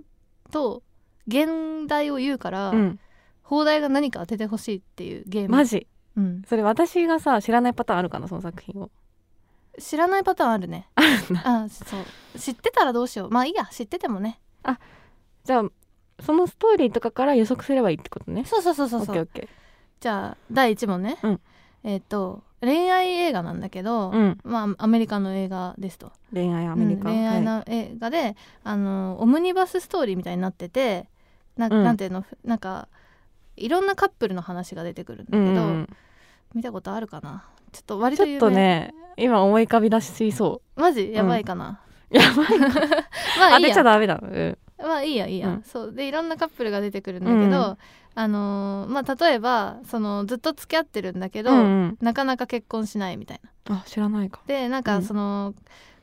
Speaker 1: と現代を言うから、
Speaker 2: うん
Speaker 1: 放題が何か当ててほしいっていうゲーム
Speaker 2: マジ
Speaker 1: うん、
Speaker 2: それ私がさ知らないパターンあるかなその作品を
Speaker 1: 知らないパターンあるねあそう知ってたらどうしようまあいいや知っててもね
Speaker 2: じゃあそのストーリーとかから予測すればいいってことね
Speaker 1: そうそうそうそう
Speaker 2: オッ
Speaker 1: そう
Speaker 2: ケーオッケ
Speaker 1: じゃあ第1問ね、
Speaker 2: うん
Speaker 1: えっ、と恋愛映画なんだけど、
Speaker 2: ーうん
Speaker 1: まあアメリカの映画ですと
Speaker 2: 恋愛アメリカ
Speaker 1: うん恋愛
Speaker 2: はい
Speaker 1: の映画で、あのオムニバスストーリーみたいになっててな,、
Speaker 2: うん
Speaker 1: ん、なんていうのふなんかいろんなカップルの話が出てくるんだ
Speaker 2: う
Speaker 1: け
Speaker 2: ん
Speaker 1: ど、
Speaker 2: うん
Speaker 1: 見たことあるかなちょっと割
Speaker 2: ち
Speaker 1: と
Speaker 2: ょ
Speaker 1: 有名
Speaker 2: っとね今思い浮かび出しそ
Speaker 1: マジやばいかな、
Speaker 2: うやばい
Speaker 1: まあ
Speaker 2: あ
Speaker 1: いい
Speaker 2: 出ちゃ
Speaker 1: や
Speaker 2: ダメだうん
Speaker 1: まあいいやいいや、
Speaker 2: うん
Speaker 1: そうでいろんなカップルが出てくるんだけど、
Speaker 2: うん
Speaker 1: あのーまあ例えばそのずっと付き合ってるんだけど、
Speaker 2: うんうん
Speaker 1: なかなか結婚しないみたいな
Speaker 2: あ知らないか
Speaker 1: でなん
Speaker 2: う
Speaker 1: か
Speaker 2: ん
Speaker 1: その、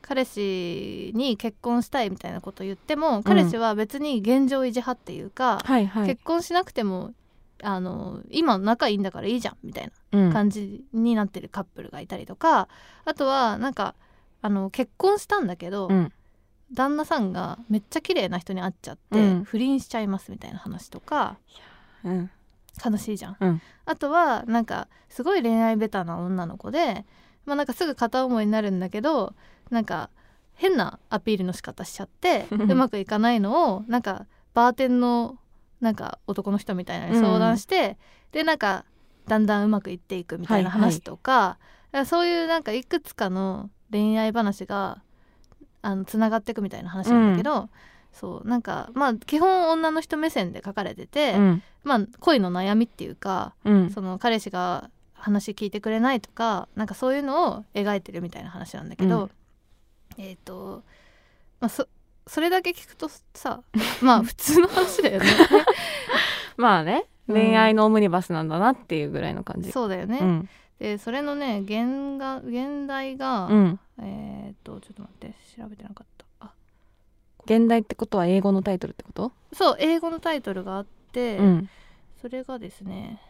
Speaker 1: 彼氏に結婚したいみたいなこと言っても彼氏は別に現状維持派っていうか、
Speaker 2: はいはい
Speaker 1: 結婚しなくてもあの今仲いいんだからいいじゃんみたい
Speaker 2: うん
Speaker 1: な感じになってるカップルがいたりとかあとはなんかあの結婚したんだけど、
Speaker 2: うん
Speaker 1: 旦那さんがめっちゃ綺麗な人に会っちゃって、
Speaker 2: うん
Speaker 1: 不倫しちゃいますみたいな話とか
Speaker 2: うん
Speaker 1: 悲しいじゃん、
Speaker 2: うん
Speaker 1: あとはなんかすごい恋愛ベタな女の子で、まあ、なんかすぐ片思いになるんだけどなんか変なアピールの仕方しちゃって うまくいかないのをなんかバーテンのなんか男の人みたいなのに相談して、でなんかだんだんうまくいっていくみたいな
Speaker 2: はいはい
Speaker 1: 話とか、だからそういうなんかいくつかの恋愛話があのつながっていくみたいな話なんだけど、そうなんかまあ基本女の人目線で書かれてて、
Speaker 2: うん
Speaker 1: まあ、恋の悩みっていうか、
Speaker 2: うん
Speaker 1: その彼氏が話聞いてくれないとかなんかそういうのを描いてるみたいな話なんだけど、えっ、と、まあ、そそれだけ聞くと さまあ普通の話だよね
Speaker 2: まあね
Speaker 1: うん
Speaker 2: 恋愛のオムニバスなんだなっていうぐらいの感じ
Speaker 1: そうだよね、
Speaker 2: うん
Speaker 1: でそれのね原画現代が、
Speaker 2: うん
Speaker 1: えーっとちょっと待って調べてなかったあ
Speaker 2: 現代ってことは英語のタイトルってこと
Speaker 1: そう英語のタイトルがあって、
Speaker 2: うん
Speaker 1: それがですね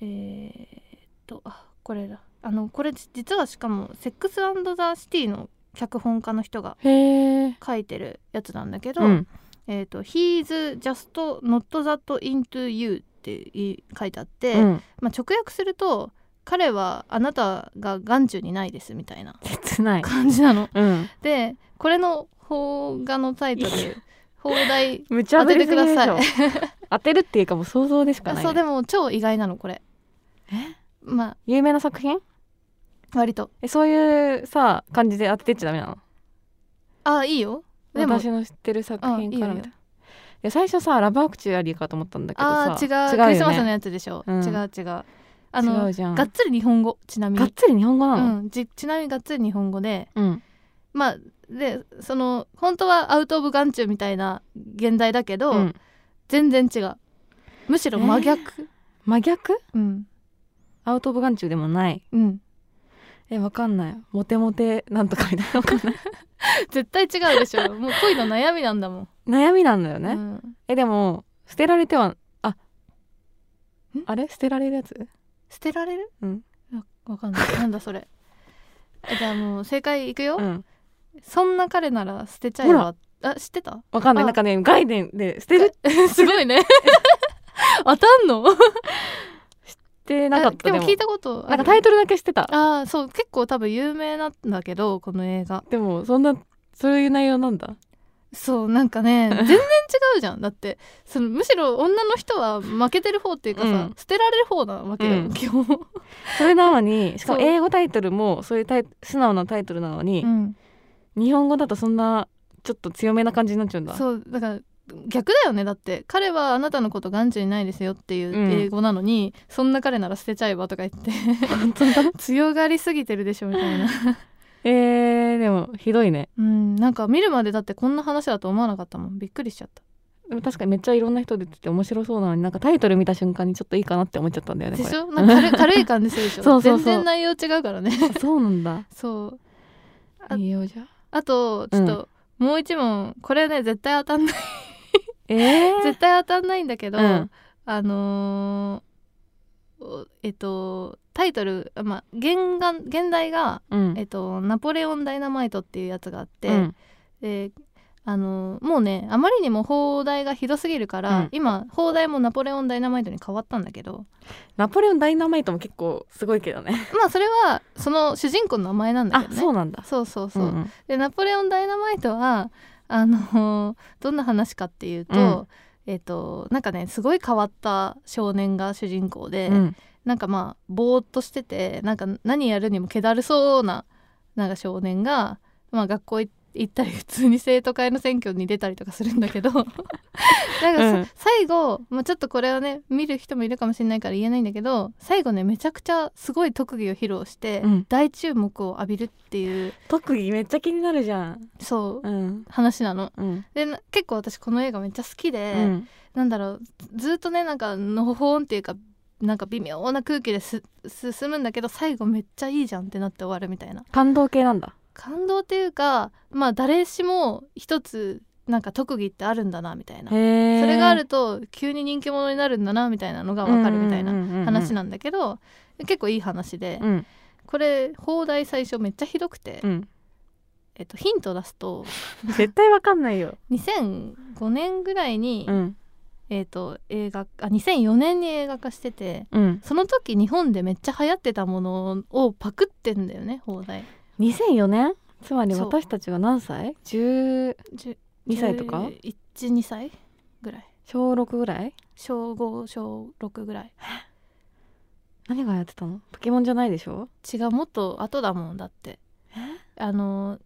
Speaker 1: えーっとあこれだあのこれじ実はしかも「セックスザ・シティ」の脚本家の人が
Speaker 2: へえ
Speaker 1: 書いてるやつなんだけど、
Speaker 2: うん
Speaker 1: えー、と「He's just not that into you」ってい書いてあって、
Speaker 2: うん
Speaker 1: まあ、直訳すると「彼はあなたが眼中にないです」みたいな
Speaker 2: 切ない
Speaker 1: 感じなの。
Speaker 2: うん
Speaker 1: でこれの邦画のタイトル
Speaker 2: いや
Speaker 1: 「放題
Speaker 2: むちゃぶりすぎでしょ
Speaker 1: 当てて
Speaker 2: 当てるっていうかもう想像でし」か
Speaker 1: あ
Speaker 2: ない
Speaker 1: そうでも超意外なのこれ。
Speaker 2: え
Speaker 1: まあ
Speaker 2: 有名な作品
Speaker 1: 割と
Speaker 2: えそういうさ感じで当ててっちゃダメなの
Speaker 1: あいいよでも
Speaker 2: 私の知ってる作
Speaker 1: あい
Speaker 2: 品
Speaker 1: い
Speaker 2: から
Speaker 1: よ
Speaker 2: み
Speaker 1: いい
Speaker 2: た
Speaker 1: よ
Speaker 2: いないや最初さラブアクチュアリーかと思ったんだけど
Speaker 1: あ
Speaker 2: さ
Speaker 1: ー違う
Speaker 2: 違うよ
Speaker 1: ク
Speaker 2: ね
Speaker 1: リスマスのやつでしょ、
Speaker 2: うん
Speaker 1: 違う違うあの
Speaker 2: 違うじゃん
Speaker 1: が
Speaker 2: が
Speaker 1: っつり日本語ちなみ
Speaker 2: っ
Speaker 1: に
Speaker 2: つり日本語なの
Speaker 1: うん、じちなみにがっつり日本語で
Speaker 2: うん
Speaker 1: まあでその本当はアウト・オブ・眼中みたいな現代だけど、
Speaker 2: うん
Speaker 1: 全然違うむしろ真逆、
Speaker 2: 真逆
Speaker 1: うん
Speaker 2: アウト・オブ・ガンチュでもない
Speaker 1: うん
Speaker 2: えわかんないモテモテなんとかみたいなわかんない
Speaker 1: 絶対違うでし ょもう恋の悩みなんだもん
Speaker 2: 悩みなんだよね、
Speaker 1: うん
Speaker 2: えでも捨てられてはあ
Speaker 1: ん
Speaker 2: あれ捨てられるやつ
Speaker 1: 捨てられる
Speaker 2: うん
Speaker 1: わわかんない なんだそれえじゃあもう正解いくよ、
Speaker 2: うん
Speaker 1: そんな彼なら捨てちゃえばあ知ってた
Speaker 2: わかんない
Speaker 1: あ
Speaker 2: なんかね概念で捨てる
Speaker 1: すごいね当たんの
Speaker 2: ってなかっ
Speaker 1: あ
Speaker 2: た
Speaker 1: でも聞いたことあ
Speaker 2: な
Speaker 1: る
Speaker 2: んかタイトルだけしてた
Speaker 1: ああそう結構多分有名なんだけどこの映画
Speaker 2: でもそんなそういう内容なんだ
Speaker 1: そうなんか ね全然違うじゃんだってそのむしろ女の人は負けてる方っていうかさ、
Speaker 2: うん
Speaker 1: 捨てられる方なわけよ、
Speaker 2: うん
Speaker 1: 基本、
Speaker 2: それなのにしかも
Speaker 1: そう
Speaker 2: 英語タイトルもそういうタイ素直なタイトルなのに
Speaker 1: う、ん、
Speaker 2: 日本語だとそんなちょっと強めな感じになっちゃうんだ
Speaker 1: そうだから逆だよねだって彼はあなたのこと眼中にないですよっていう
Speaker 2: うん
Speaker 1: 英語なのに、そんな彼なら捨てちゃえばとか言って
Speaker 2: 本当だ
Speaker 1: 強がりすぎてるでしょみたいな
Speaker 2: えー、でもひどいね
Speaker 1: うんなんか見るまでだってこんな話だと思わなかったもんびっくりしちゃった
Speaker 2: でも確かにめっちゃいろんな人出てて面白そうなのになんかタイトル見た瞬間にちょっといいかなって思っちゃったんだよね
Speaker 1: で
Speaker 2: これ
Speaker 1: しょなんか軽い軽い感じするでしょ
Speaker 2: そうそうそう
Speaker 1: 全然内容違うからね
Speaker 2: あ そうなんだ
Speaker 1: そうあ
Speaker 2: いいよじゃあ
Speaker 1: あとちょっと、もう一問これね絶対当たんない
Speaker 2: えー、
Speaker 1: 絶対当たんないんだけど、
Speaker 2: うん
Speaker 1: あのーおえっとタイトルあまあ現が現代が、
Speaker 2: うん
Speaker 1: えっと「ナポレオン・ダイナマイト」っていうやつがあって、
Speaker 2: うん
Speaker 1: であのーもうねあまりにも放題がひどすぎるから、
Speaker 2: うん
Speaker 1: 今放題もナポレオン・ダイナマイトに変わったんだけど
Speaker 2: ナポレオンダイナマイトも結構すごいけどね
Speaker 1: まあそれはその主人公の名前なんだ
Speaker 2: あ
Speaker 1: けどね
Speaker 2: そうなんだ
Speaker 1: そうそうそう、
Speaker 2: んん
Speaker 1: でナポレオン・ダイナマイトはあの どんな話かっていうと、
Speaker 2: うん
Speaker 1: えっ、となんかねすごい変わった少年が主人公で、
Speaker 2: うん
Speaker 1: なんかまあぼーっとしててなんか何やるにもけだるそうななんか少年が、まあ、学校い行ったり普通に生徒会の選挙に出たりとかするんだ けどなんかさ、
Speaker 2: うん
Speaker 1: 最後、まあ、ちょっとこれはね見る人もいるかもしれないから言えないんだけど最後ねめちゃくちゃすごい特技を披露して、
Speaker 2: うん
Speaker 1: 大注目を浴びるっていう
Speaker 2: 特技めっちゃ気になるじゃん
Speaker 1: そう
Speaker 2: うん
Speaker 1: 話なの。
Speaker 2: うん
Speaker 1: でな結構私この映画めっちゃ好きで、
Speaker 2: うん
Speaker 1: なんだろうずずっとねなんかのほほんっていうかなんか微妙な空気です進むんだけど最後めっちゃいいじゃんってなって終わるみたいな
Speaker 2: 感動系なんだ
Speaker 1: 感動っていうかまあ誰しも一つなんか特技ってあるんだなみたいな
Speaker 2: へ
Speaker 1: そ
Speaker 2: え
Speaker 1: れがあると急に人気者になるんだなみたいなのがわかるみたいな話な
Speaker 2: な
Speaker 1: んだけど、結構いい話で、
Speaker 2: うん
Speaker 1: これ放題最初めっちゃひどくて、
Speaker 2: うん
Speaker 1: えっと、ヒント出すと
Speaker 2: 絶対わかんないよ
Speaker 1: 2005年ぐらいに、
Speaker 2: うん
Speaker 1: えー、と映画あ2004年に映画化してて
Speaker 2: うん
Speaker 1: その時日本でめっちゃ流行ってたものをパクってんだよね放題
Speaker 2: 2004年つまり
Speaker 1: そう
Speaker 2: 私たちは何歳 ?12
Speaker 1: 12
Speaker 2: 歳とか
Speaker 1: 12歳ぐらい
Speaker 2: 小6ぐらい
Speaker 1: 小5小6ぐらい
Speaker 2: 何がやってたのポケモンじゃないでしょ
Speaker 1: 違うもっと後だもんだって
Speaker 2: え
Speaker 1: あの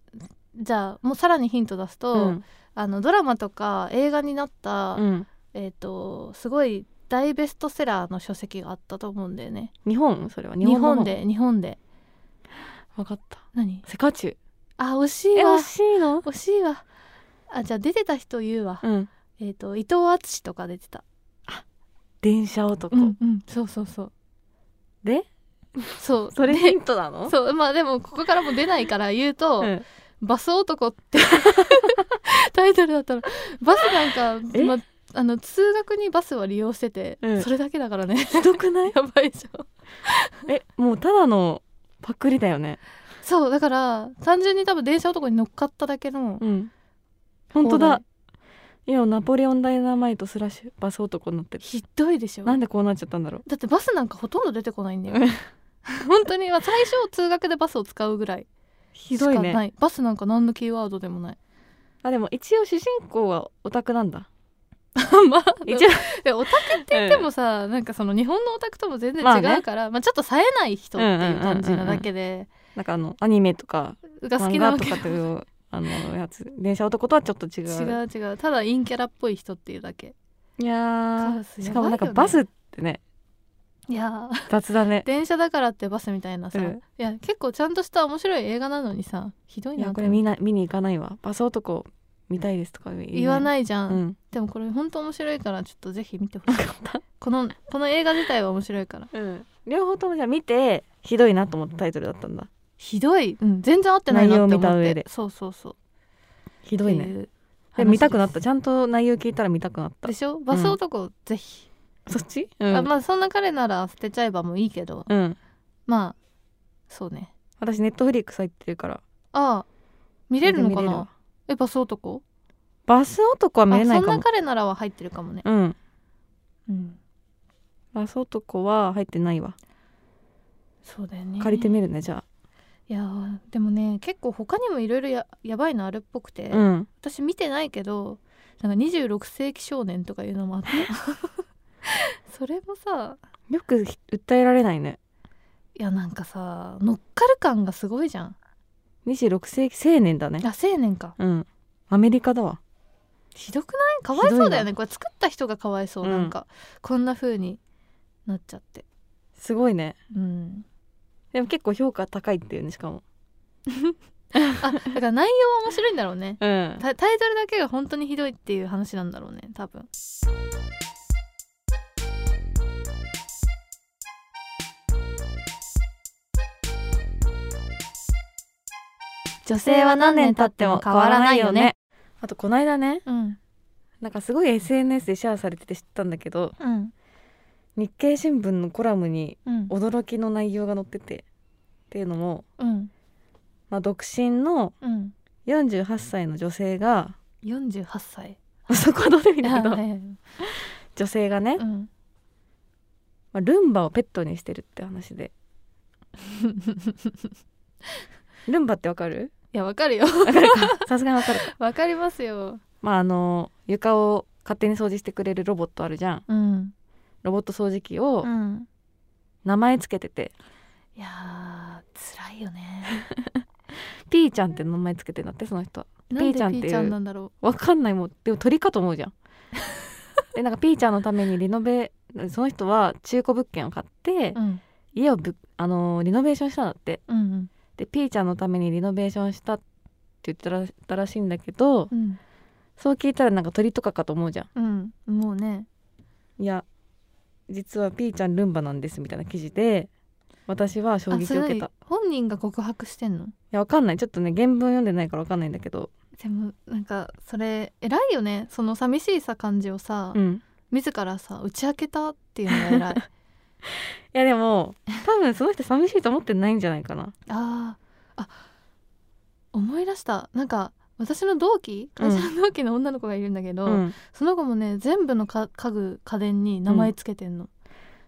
Speaker 1: じゃあもうさらにヒント出すと、
Speaker 2: うん
Speaker 1: あのドラマとか映画になった、
Speaker 2: うん
Speaker 1: えっ、とすごい大ベストセラーの書籍があったと思うんだよね
Speaker 2: 日本それは
Speaker 1: 日
Speaker 2: の
Speaker 1: 本
Speaker 2: 本
Speaker 1: で日本で
Speaker 2: わかった
Speaker 1: 何
Speaker 2: セカチュウ
Speaker 1: あ惜しい
Speaker 2: え
Speaker 1: わ
Speaker 2: 惜しいの
Speaker 1: 惜しいわあじゃあ出てた人言うわ、
Speaker 2: うん、
Speaker 1: えっ、と伊藤敦とか出てた
Speaker 2: 電車男、
Speaker 1: うんそうそうそう
Speaker 2: で
Speaker 1: そう
Speaker 2: それ
Speaker 1: で
Speaker 2: ヒントなの
Speaker 1: そうまあでもここからも出ないから言うと「
Speaker 2: ん
Speaker 1: バス男」って タイトルだったらバスなんか、
Speaker 2: え
Speaker 1: ま、あの通学にバスは利用してて、
Speaker 2: うん
Speaker 1: それだけだからね
Speaker 2: ひどくない
Speaker 1: やばいでしょ
Speaker 2: えもうただのパクリだよね
Speaker 1: そうだから単純に多分電車男に乗っかっただけの
Speaker 2: うん本当だ今ナポレオンダイナマイトスラッシュバス男になってる
Speaker 1: ひどいでしょ
Speaker 2: なんでこうなっちゃったんだろ
Speaker 1: だってバスなんかほとんど出てこないんだ
Speaker 2: う
Speaker 1: よ 本当にまあ最初通学でバスを使うぐらい
Speaker 2: ひ
Speaker 1: し
Speaker 2: ど
Speaker 1: か
Speaker 2: い
Speaker 1: ない
Speaker 2: ね
Speaker 1: バスなんか何のキーワードで もない
Speaker 2: あでも一応主人公はオタクなんだ
Speaker 1: まあ
Speaker 2: 一
Speaker 1: 一
Speaker 2: 応
Speaker 1: 応でオタクって言って
Speaker 2: うん
Speaker 1: もさ、なんかその日本のオタクとも全然
Speaker 2: まあ
Speaker 1: 違
Speaker 2: ね
Speaker 1: うから、まあちょっと冴えない人っていう感じなだけで、
Speaker 2: なんかあのアニメとか
Speaker 1: が好きな
Speaker 2: 漫画
Speaker 1: わ
Speaker 2: と
Speaker 1: け
Speaker 2: かというあのやつ電車男とはちょっと違
Speaker 1: 違
Speaker 2: う
Speaker 1: う違うただ陰キャラっぽい人っていうだけ
Speaker 2: いや
Speaker 1: カオス
Speaker 2: ーしかもなんか
Speaker 1: やばい
Speaker 2: バ
Speaker 1: よね
Speaker 2: スってね
Speaker 1: いやー
Speaker 2: 雑だね
Speaker 1: 電車だからってバスみたいなさ、
Speaker 2: うん
Speaker 1: いや結構ちゃんとした面白い映画なのにさひどい
Speaker 2: いや
Speaker 1: な
Speaker 2: これ見な見に行かないわバス男見たいですとか言
Speaker 1: 言わ
Speaker 2: い
Speaker 1: ないじゃ、
Speaker 2: うんん
Speaker 1: でもこれ本当面白いからちょっとぜひ見てほしいこのこの映画自体は面白いから
Speaker 2: うん両方ともじゃあ見てひどいなと思ったタイトルだったんだ
Speaker 1: ひどい、うん、全然合ってないなって思って
Speaker 2: 内容を見た上で
Speaker 1: そうそうそう
Speaker 2: ひどいね
Speaker 1: ね
Speaker 2: で見たくなったちゃんと内容聞いたら見たくなった
Speaker 1: でしょバス男、ぜひ、
Speaker 2: そっちうん、
Speaker 1: あまあそんな彼なら捨てちゃえばもういいけど
Speaker 2: うん、
Speaker 1: まあそうね
Speaker 2: 私ネットフリックス入ってるから
Speaker 1: ああ見れるのか
Speaker 2: 見
Speaker 1: な
Speaker 2: わ
Speaker 1: えバス男
Speaker 2: バス男は見れない
Speaker 1: あそん
Speaker 2: か
Speaker 1: な
Speaker 2: も
Speaker 1: 彼ならは入ってるかもね、
Speaker 2: うん
Speaker 1: うん、
Speaker 2: バス男は入ってないわ
Speaker 1: そうだよね
Speaker 2: 借りてみるねじゃ
Speaker 1: いやーでもね結構他にもいろいろややばいのあるっぽくて、
Speaker 2: あうん
Speaker 1: 私見てないけどなんか26世紀少年とかいうのもあ ってそれもさ
Speaker 2: よくひ訴えられないね
Speaker 1: いやなんかさ乗っかる感がすごいじゃん
Speaker 2: 26世紀青年だね
Speaker 1: あ青年か
Speaker 2: うんアメリカだわ
Speaker 1: ひどくないかわいそうだよ
Speaker 2: ひど
Speaker 1: ねこれ作った人がかわいそう、
Speaker 2: うん
Speaker 1: なんかこんな風になっちゃって
Speaker 2: すごいね
Speaker 1: うん
Speaker 2: でも結構評価高いっていうねしかも
Speaker 1: あだから内容は面白いんだろうね
Speaker 2: うん
Speaker 1: タタイトルだけが本当にひどいっていう話なんだろうね多分女性は何年経っても変わらないよね
Speaker 2: あとこの間ね
Speaker 1: うん
Speaker 2: なんかすごい SNS でシェアされてて知ったんだけど
Speaker 1: うん
Speaker 2: 日経新聞のコラムに
Speaker 1: うん
Speaker 2: 驚きの内容が載っててっていうのも、
Speaker 1: うん
Speaker 2: まあ、独身の
Speaker 1: うん
Speaker 2: 48歳の女性が
Speaker 1: 48歳
Speaker 2: そ こはどうでもいいん
Speaker 1: あ
Speaker 2: だけど
Speaker 1: はいはい
Speaker 2: 女性がね、ま
Speaker 1: うん
Speaker 2: あ、ルンバをペットにしてるって話でルンバってわかる
Speaker 1: いやわかるよ
Speaker 2: わかるか さすがにわかるか
Speaker 1: わかりますよ
Speaker 2: まああの床を勝手に掃除してくれるロボットあるじゃん
Speaker 1: うん
Speaker 2: ロボット掃除機を
Speaker 1: うん
Speaker 2: 名前つけてて、
Speaker 1: いやー辛いよね
Speaker 2: ピーちゃんって名前つけてんだってその人は
Speaker 1: なん
Speaker 2: ピー
Speaker 1: で
Speaker 2: ちゃんっていう
Speaker 1: ピーちゃんなんだろ
Speaker 2: わかんないもんでも鳥かと思うじゃんでなんかピーちゃんのためにリノベその人は中古物件を買って、
Speaker 1: ううん
Speaker 2: 家をぶあのーリノベーションしたんだって
Speaker 1: うんうん
Speaker 2: でピーちゃんのためにリノベーションしたって言ってたらたらしいんだけど
Speaker 1: うん、
Speaker 2: そう聞いたらなんか鳥とかかと思うじゃ
Speaker 1: うん、もうね
Speaker 2: んいや実はピーちゃんルンバなんですみたいな記事で私は衝
Speaker 1: あ
Speaker 2: 撃
Speaker 1: それ
Speaker 2: を受けたい
Speaker 1: 何本人が告白してんの
Speaker 2: やわかんないちょっとね原文読んでないからわかんないんだけど
Speaker 1: でもなんかそれ偉いよねその寂しいさ感じをさ、
Speaker 2: うん
Speaker 1: 自らさ打ち明けたっていうのが偉い
Speaker 2: いやでも多分その人寂しいと思ってないんじゃないかな
Speaker 1: あーあ思い出したなんか私の同期会社の同期の女の子がいるんだけど、
Speaker 2: うん
Speaker 1: その子もね全部のか家具家電に名前つけてんの、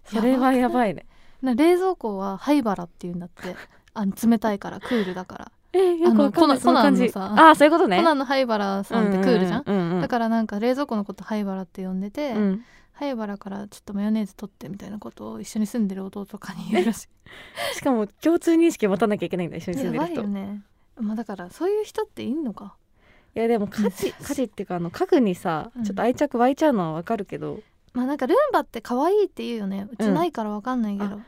Speaker 2: それはやばいね
Speaker 1: な冷蔵庫は灰原っていうんだ ってあの冷たいからクールだから、
Speaker 2: えよくわかんな
Speaker 1: あ
Speaker 2: い
Speaker 1: の
Speaker 2: その感じ
Speaker 1: コナンの
Speaker 2: ああそういうことね
Speaker 1: コナンの灰原さんってクールじゃん,、
Speaker 2: うんうんうんうん
Speaker 1: だからなんか冷蔵庫のこと灰原って呼んでて、
Speaker 2: うん
Speaker 1: 灰原からちょっとマヨネーズ取ってみたいなことを一緒に住んでる弟とかに言うらし
Speaker 2: しかも共通認識を持たなきゃいけないんだ一緒に
Speaker 1: い
Speaker 2: 住ん
Speaker 1: や
Speaker 2: でる
Speaker 1: ば
Speaker 2: 人
Speaker 1: いよねまあだからそういう人っていんのか
Speaker 2: いやでも 家事家事っていうかあの家具にさ
Speaker 1: うん
Speaker 2: ちょっと愛着湧いちゃうのはわかるけど、
Speaker 1: まあなんかルンバって可愛いって言うよねうち
Speaker 2: うん
Speaker 1: ないからわかんないけど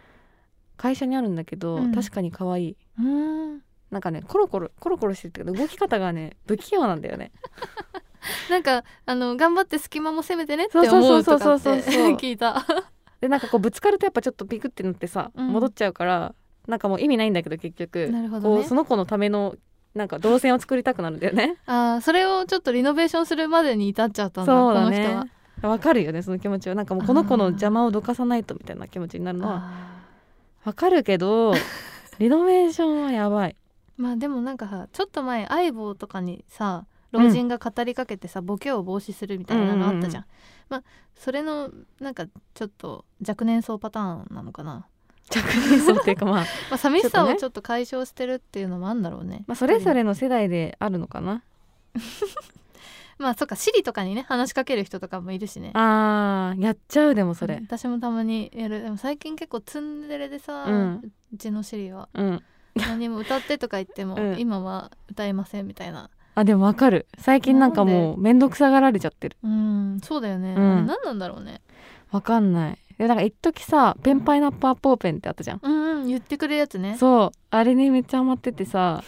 Speaker 2: 会社にあるんだけど、
Speaker 1: うん
Speaker 2: 確かに可愛い
Speaker 1: うんん
Speaker 2: なんかねコロコロコロコロしてるけど動き方がね不器用なんだよね
Speaker 1: なんかあの頑張って隙間も攻めてねって
Speaker 2: そうそう
Speaker 1: 思
Speaker 2: そう
Speaker 1: うとか
Speaker 2: そう
Speaker 1: っ
Speaker 2: そう
Speaker 1: て
Speaker 2: そう
Speaker 1: 聞い た
Speaker 2: でなんかこうぶつかるとやっぱちょっとピクってなってさ、
Speaker 1: うん
Speaker 2: 戻っちゃうからなんかもう意味ないんだけど結局
Speaker 1: なるほど
Speaker 2: こう
Speaker 1: ね
Speaker 2: その子のためのなんか動線を作りたくなるんだよね
Speaker 1: あーそれをちょっとリノベーションするまでに至っちゃったんだ
Speaker 2: そうだ
Speaker 1: この
Speaker 2: ねわかるよねその気持ちはなんかもうこの子の邪魔をどかさないとみたいな気持ちになる
Speaker 1: 人
Speaker 2: のは
Speaker 1: は
Speaker 2: わかるけ どリノベーションはやばい
Speaker 1: まあでもなんかさちょっと前相棒とかにさ老人が語りかけてさ、ボケを防止するみたいなのあったじゃん,、まあそれのなんかちょっと若年層パターンなのかな、
Speaker 2: 着任層っていうかまあ
Speaker 1: まあ、寂しさ
Speaker 2: ちょっと
Speaker 1: を
Speaker 2: ね
Speaker 1: ちょっと解消してるっていうのもあるんだろうね
Speaker 2: まあそれぞれの世代であるのかな
Speaker 1: まあそっかシリとかにね話しかける人とかもいるしね
Speaker 2: あーやっちゃうでもそれ
Speaker 1: うん私もたまにやるでも最近結構ツンデレでさ、
Speaker 2: う
Speaker 1: うんちのシリは
Speaker 2: うん
Speaker 1: 何も歌ってとか言っても、
Speaker 2: うん
Speaker 1: 今は歌えませんみたいな
Speaker 2: あでもわかる最近なんかもう面倒くさがられちゃってる
Speaker 1: うんそうだよね、
Speaker 2: うん
Speaker 1: あれ何なんだろうね
Speaker 2: わかんないでもなんか一時さペンパイナッパーポーペンってあったじゃん
Speaker 1: うんうん言ってくれるやつね
Speaker 2: そうあれにめっちゃハマっててさ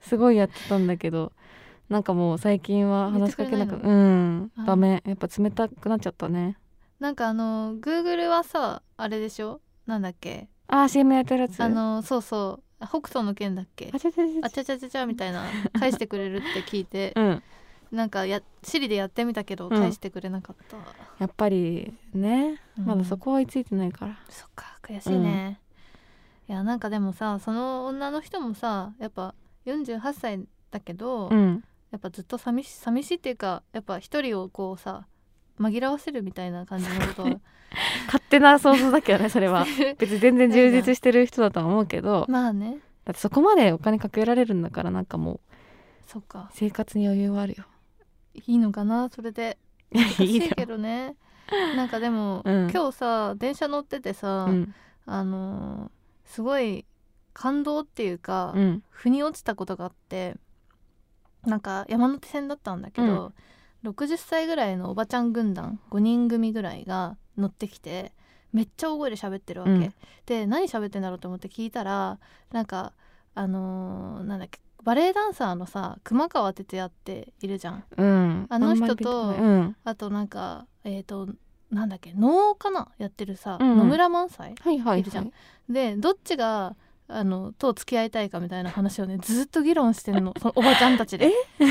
Speaker 2: すごいやってたんだけどなんかもう最近は話しかけなく
Speaker 1: 言ってく
Speaker 2: うん
Speaker 1: あ
Speaker 2: ダメやっぱ冷たくなっちゃったね
Speaker 1: なんかあの Google はさあれでしょなんだっけ
Speaker 2: あー CM やってるやつ
Speaker 1: あのそうそう北斗の剣だっけ
Speaker 2: あちゃちゃちゃ
Speaker 1: あ
Speaker 2: ち
Speaker 1: ちゃちゃちゃちゃみたいな返してくれるって聞いて
Speaker 2: ゃ うん
Speaker 1: なんかやシリでやってみたけど
Speaker 2: ん
Speaker 1: 返してくれなかった、
Speaker 2: やっぱりね
Speaker 1: うん
Speaker 2: まだそこは追いついてないから
Speaker 1: そっか悔しいね、いやなんかでもさその女の人もさやっぱ48歳だけど、
Speaker 2: うん
Speaker 1: やっぱずっと寂し寂しいっていうかやっぱ一人をこうさ紛らわせるみたいな感じのことを
Speaker 2: 勝手な想像だ けどねそれは別に全然充実してる人だとは思うけど
Speaker 1: まあね
Speaker 2: だってそこまでお金かけられるんだからなんかもう
Speaker 1: そっか
Speaker 2: 生活に余裕はあるよ
Speaker 1: いいのかなそれで
Speaker 2: い や
Speaker 1: 難し
Speaker 2: いい
Speaker 1: い
Speaker 2: よ
Speaker 1: けどねなんかでも、
Speaker 2: うん
Speaker 1: 今日さ電車乗っててさ、
Speaker 2: うん
Speaker 1: あのーすごい感動っていうか、
Speaker 2: うん
Speaker 1: 腑に落ちたことがあってなんか山手線だったんだけど、60歳ぐらいのおばちゃん軍団5人組ぐらいが乗ってきてめっちゃ大声で喋ってるわけ、
Speaker 2: うん
Speaker 1: で何喋ってんだろうと思って聞いたらなんかあのーなんだっけバレエダンサーのさ熊川哲也っているじゃん
Speaker 2: うん
Speaker 1: あの人
Speaker 2: んまりピンこない
Speaker 1: と
Speaker 2: うん
Speaker 1: あとなんかえっ、となんだっけ能かなやってるさ、
Speaker 2: うん
Speaker 1: 野村萬斎
Speaker 2: はいはい
Speaker 1: いるじゃんでどっちがあのと付き合いたいかみたいな話をねずっと議論してん のそのおばちゃんたちで。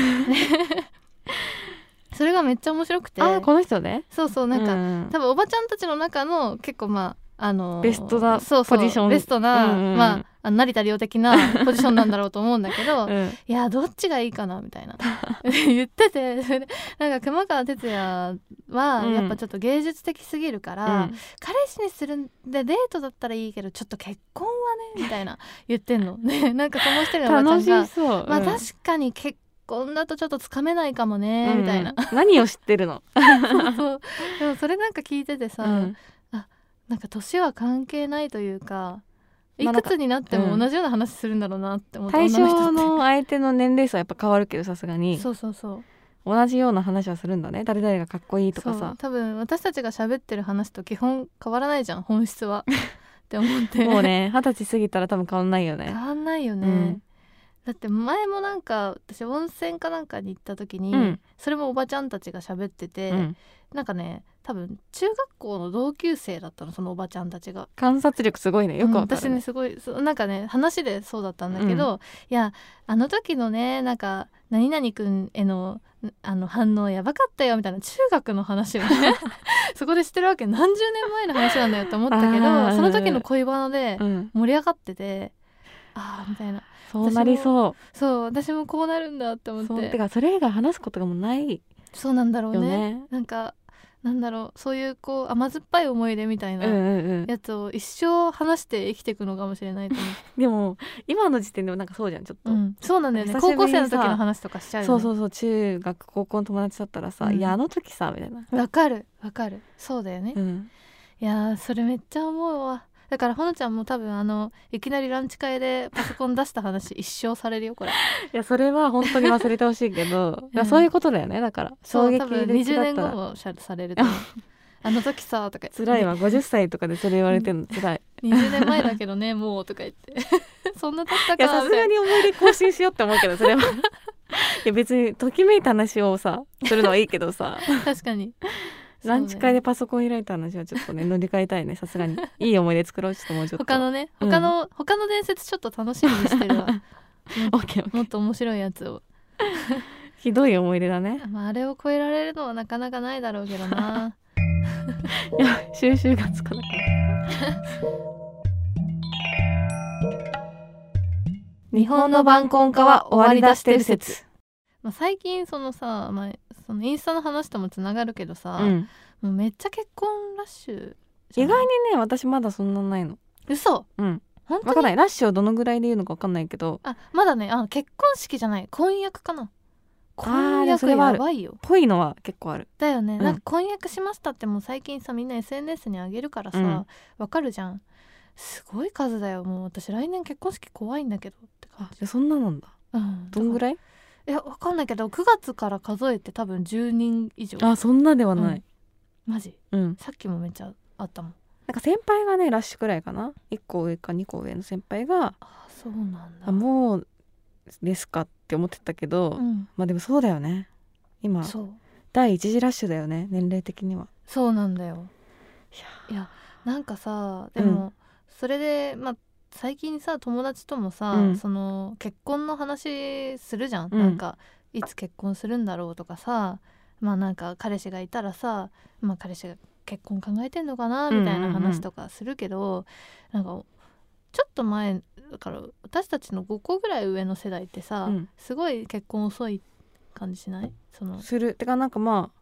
Speaker 1: それがめっちゃ面白くて
Speaker 2: あーこの人ね
Speaker 1: そうそうなんか、
Speaker 2: うん
Speaker 1: 多分おばちゃんたちの中の結構まああのー
Speaker 2: ベストな
Speaker 1: そうそう
Speaker 2: ポジション
Speaker 1: ベストな、
Speaker 2: うんうん
Speaker 1: まああの成田凌的なポジションなんだろうと思うんだけど、
Speaker 2: うん
Speaker 1: いやどっちがいいかなみたいな 言っててそれでなんか熊川哲也は
Speaker 2: うん
Speaker 1: やっぱちょっと芸術的すぎるから、彼氏にするんでデートだったらいいけどちょっと結婚はねみたい な言ってんのねなんかその一人のおば
Speaker 2: 楽
Speaker 1: ちゃん
Speaker 2: し
Speaker 1: が、
Speaker 2: そう
Speaker 1: まあ
Speaker 2: うん
Speaker 1: 確かに結婚だとちょっとつかめないかもね、みた いな
Speaker 2: うん何を知って るの
Speaker 1: そうそうでもそれなんか聞いててさ、
Speaker 2: うん
Speaker 1: なんか年は関係ないというかい
Speaker 2: まあなん
Speaker 1: く
Speaker 2: か
Speaker 1: つになって
Speaker 2: う
Speaker 1: も
Speaker 2: ん
Speaker 1: 同じような話するんだろうなって思って、
Speaker 2: 対象
Speaker 1: 女人っ
Speaker 2: の相手の年齢層はやっぱ変わるけどさすが
Speaker 1: て
Speaker 2: に
Speaker 1: そうそうそう
Speaker 2: 同じような話はするんだね誰々がかっこいいとか
Speaker 1: そう
Speaker 2: さ
Speaker 1: 多分私たちが喋ってる話と基本変わらないじゃん本質 はって思って
Speaker 2: もうね 二十歳過ぎたら多分変わんないよ
Speaker 1: 変
Speaker 2: ね
Speaker 1: わんないよね、
Speaker 2: うん
Speaker 1: だって前もなんか私温泉かなんかに行った時に、
Speaker 2: うん
Speaker 1: それもおばちゃんたちが喋ってて、
Speaker 2: うん
Speaker 1: なんかね多分中学校の同級生だったのそのおばちゃんたちが。
Speaker 2: 観察力すごいねよくわか
Speaker 1: うん私
Speaker 2: る
Speaker 1: ね
Speaker 2: ね
Speaker 1: すごいそうなんかね話でそうだったんだけど、いやあの時のねなんか何々くんへのあの反応やばかったよみたいな中学の話を ねそこでしてるわけ何十年前の話なんだよって思ったけ
Speaker 2: あ
Speaker 1: ど
Speaker 2: ー
Speaker 1: その時の恋バナで
Speaker 2: うん
Speaker 1: 盛り上がってて、ああみたいな
Speaker 2: そうなりそう
Speaker 1: そう私もこうなるんだって思って
Speaker 2: そ
Speaker 1: そうう
Speaker 2: てかそれ以外話すことがもうない
Speaker 1: なんだろう
Speaker 2: よ
Speaker 1: ね
Speaker 2: ね
Speaker 1: なんかなんだろうそういうこう甘酸っぱい思い出みたい
Speaker 2: うんう
Speaker 1: なん
Speaker 2: うん
Speaker 1: やつを一生話して生きていくのかもしれないと思
Speaker 2: でも今の時点でもなんかそうじゃんちょっ
Speaker 1: う、
Speaker 2: と、
Speaker 1: うんそうなんだよね
Speaker 2: 久しぶり
Speaker 1: 高
Speaker 2: に
Speaker 1: 校生の時の話とかしちゃうよ
Speaker 2: そう
Speaker 1: ね
Speaker 2: そうそう中学高校の友達だったらさ、
Speaker 1: うん
Speaker 2: いやあの時さみたいな、
Speaker 1: わかるわかるそうだよね、
Speaker 2: うん、
Speaker 1: いやーそれめっちゃ思うわだからほのちゃんも多分あのいきなりランチ会でパソコン出した話一生されるよこれ
Speaker 2: いやそれは本当に忘れてほし いけど、いやそういうことだよねだから衝
Speaker 1: そう
Speaker 2: 撃
Speaker 1: 多分
Speaker 2: で
Speaker 1: 20
Speaker 2: 違
Speaker 1: 年
Speaker 2: った
Speaker 1: 後
Speaker 2: ら
Speaker 1: もしゃされ ると思うあの時さとか言って
Speaker 2: 辛いわ50歳とかでそれ言われてんの辛い
Speaker 1: 20年前だけどねもうとか言ってそんな経った
Speaker 2: い
Speaker 1: か
Speaker 2: やさすがに思い出更新しようって思うけどそれはや別にときめいた話をさするのはいいけど さ
Speaker 1: 確かに
Speaker 2: ランチ会でパソコン開いた話はちょっと ね乗り換えたいねさすがにいい思い出作ろうちょっともうちょっと
Speaker 1: 他のね他の、他の伝説ちょっと楽しみにしてるわ
Speaker 2: オッケーオッケー
Speaker 1: もっと面白いやつを、
Speaker 2: ひどい思い出だね
Speaker 1: まあ、あれを超えられるのはなかなかないだろうけどな
Speaker 2: いや収集がつかなかった 日本の晩婚化は終わりだしてる説
Speaker 1: まあ最近そのさ、まあ、そのインスタの話ともつながるけどさ、
Speaker 2: うん
Speaker 1: もうめっちゃ結婚ラッシュじ
Speaker 2: 意
Speaker 1: ゃな
Speaker 2: 外
Speaker 1: い
Speaker 2: にね私まだそんなないの
Speaker 1: 嘘
Speaker 2: うん
Speaker 1: 本当
Speaker 2: わ
Speaker 1: に
Speaker 2: かんないラッシュをどのぐらいで言うのかわかんないけど
Speaker 1: あまだねあ結婚式じゃない婚約かな婚
Speaker 2: でも
Speaker 1: 約
Speaker 2: それはあ
Speaker 1: や
Speaker 2: る
Speaker 1: ばいよ
Speaker 2: ぽいのは結構ある
Speaker 1: だよね、
Speaker 2: うん
Speaker 1: なんか婚約しましたってもう最近さみんな SNS に上げるからさ、
Speaker 2: うん
Speaker 1: わかるじゃんすごい数だよもう私来年結婚式怖いんだけどって感
Speaker 2: あ
Speaker 1: じ、
Speaker 2: そんななんだ
Speaker 1: うん、
Speaker 2: どんぐ
Speaker 1: い
Speaker 2: らい
Speaker 1: いやわかんないけど9月から数えて多分10人以上
Speaker 2: あそんなではない、
Speaker 1: マジ
Speaker 2: うん
Speaker 1: さっきもめっちゃあったもん
Speaker 2: なんか先輩がねラッシュくらいかな1個上か2個上の先輩が
Speaker 1: あそうなんだ
Speaker 2: あもうですかって思ってたけど、
Speaker 1: うん
Speaker 2: まあでもそうだよね今
Speaker 1: そう
Speaker 2: 第一次ラッシュだよね年齢的には
Speaker 1: そうなんだよ
Speaker 2: い
Speaker 1: い
Speaker 2: や
Speaker 1: やなんかさでも、それでまあ最近さ友達ともさ、
Speaker 2: うん
Speaker 1: その結婚の話するじゃん、
Speaker 2: うん
Speaker 1: なんかいつ結婚するんだろうとかさまあなんか彼氏がいたらさ、まあ、彼氏が結婚考えてんのかなみたいな
Speaker 2: うんうんうん
Speaker 1: 話とかするけど、なんかちょっと前だから私たちの5個ぐらい上の世代ってさ、
Speaker 2: うん
Speaker 1: すごい結婚遅い感じしないその
Speaker 2: するてかなんかまあ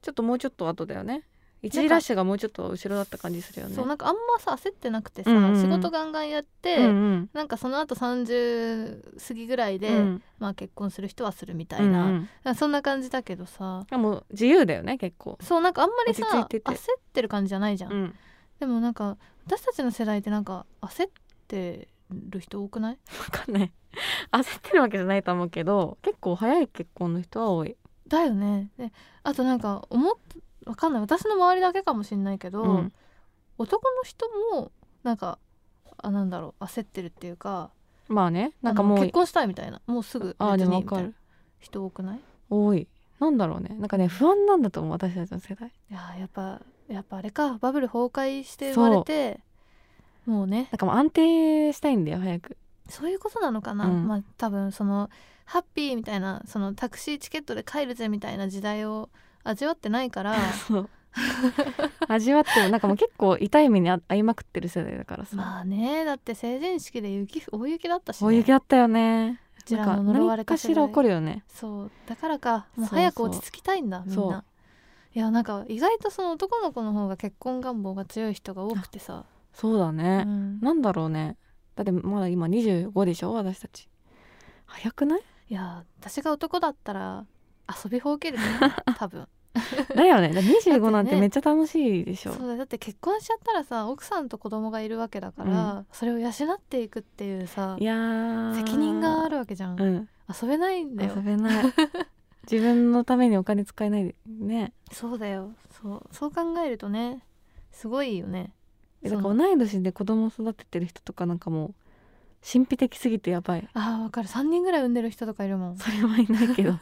Speaker 2: ちょっともうちょっと後だよね一次ラッシュがもうちょっと後ろだった感じするよね
Speaker 1: そうなんかあんまさ焦ってなくてさ、
Speaker 2: うんうんうん
Speaker 1: 仕事ガンガンやって、
Speaker 2: うんうん
Speaker 1: なんかその後30過ぎぐらいで、
Speaker 2: うん
Speaker 1: まあ、結婚する人はするみた
Speaker 2: う
Speaker 1: いな、
Speaker 2: ん
Speaker 1: そんな感じだけどさ
Speaker 2: うん、もう自由だよね結構、
Speaker 1: そうなんかあんまり
Speaker 2: 落ち着
Speaker 1: さ
Speaker 2: いてて
Speaker 1: 焦ってる感じじゃないじゃん、
Speaker 2: うん、
Speaker 1: でもなんか私たちの世代ってなんか焦ってる人多くない
Speaker 2: 分かんない 焦ってるわけじゃないと思うけど結構早い結婚の人は多い、
Speaker 1: だよねであとなんか思っわかんない私の周りだけかもしれないけど、
Speaker 2: うん
Speaker 1: 男の人もなんかあなんだろう焦ってるっていうか
Speaker 2: まあねなんか
Speaker 1: あの
Speaker 2: もう
Speaker 1: 結婚したいみたいなもうすぐ
Speaker 2: あーで
Speaker 1: 別
Speaker 2: も
Speaker 1: に
Speaker 2: わ
Speaker 1: みた
Speaker 2: か
Speaker 1: い
Speaker 2: る
Speaker 1: な人多くない
Speaker 2: 多いなんだろうねなんかね不安なんだと思う私たちの世代
Speaker 1: いやーやっぱやっぱあれかバブル崩壊して生まれてもうね
Speaker 2: なんかもう安定したいんだよ早く
Speaker 1: そういうことなのかな、
Speaker 2: うん
Speaker 1: まあ多分そのハッピーみたいなそのタクシーチケットで帰るぜみたいな時代を味わってないから
Speaker 2: そう味わってるなんかもう結構痛い目にあ遭いまくってる世代だからさ、
Speaker 1: まあねだって成人式で雪大雪だったし、ね、
Speaker 2: 大雪だったよね
Speaker 1: こち
Speaker 2: な
Speaker 1: ら
Speaker 2: んか
Speaker 1: の呪われ
Speaker 2: 何
Speaker 1: た
Speaker 2: か
Speaker 1: 世代
Speaker 2: しら起こるよね
Speaker 1: そうだからかもう
Speaker 2: そうそう
Speaker 1: 早く落ち着きたいんだみん
Speaker 2: そう
Speaker 1: な。いやなんか意外とその男の子の方が結婚願望が強い人が多くてさ、
Speaker 2: そうだ
Speaker 1: う
Speaker 2: ね、
Speaker 1: ん、
Speaker 2: なんだろうねだってまだ今25でしょ私たち早くない
Speaker 1: いや私が男だったら遊びほうけ るね多分
Speaker 2: だよねだって25なん
Speaker 1: だって
Speaker 2: て
Speaker 1: ね
Speaker 2: めっちゃ楽しいでしょ、
Speaker 1: そうだよだって結婚しちゃったらさ奥さんと子供がいるわけだから、それを養っていくっていうさ
Speaker 2: いやー
Speaker 1: 責任があるわけじゃん、
Speaker 2: うん
Speaker 1: 遊べないんだよ
Speaker 2: 遊べ ない自分のためにお金使えないでね
Speaker 1: そうだよそうそう考えるとねすごいよね
Speaker 2: え
Speaker 1: そ
Speaker 2: だ
Speaker 1: の
Speaker 2: から同い年で子供育ててる人とかなんかもう神秘的すぎてやばい
Speaker 1: あーわかる3人ぐらい産んでる人とかいるもん、
Speaker 2: それはいない けど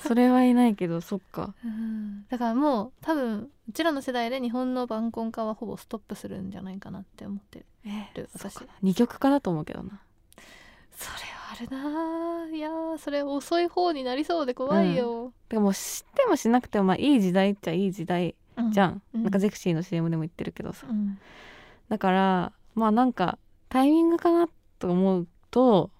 Speaker 2: それはいないけどそっか
Speaker 1: うんだからもう多分うちらの世代で日本の晩婚化はほぼストップするんじゃないかなって思ってる
Speaker 2: え
Speaker 1: 私
Speaker 2: そっか二極化だと思うけどな
Speaker 1: それはあれなーいやーそれ遅い方になりそうで怖いよ、
Speaker 2: でも知ってもしなくてもまあいい時代っちゃいい時代
Speaker 1: うん
Speaker 2: じゃん、
Speaker 1: うん
Speaker 2: なんかゼクシーの CM でも言ってるけどさ
Speaker 1: うん
Speaker 2: だからまあなんかタイミングかなと思うと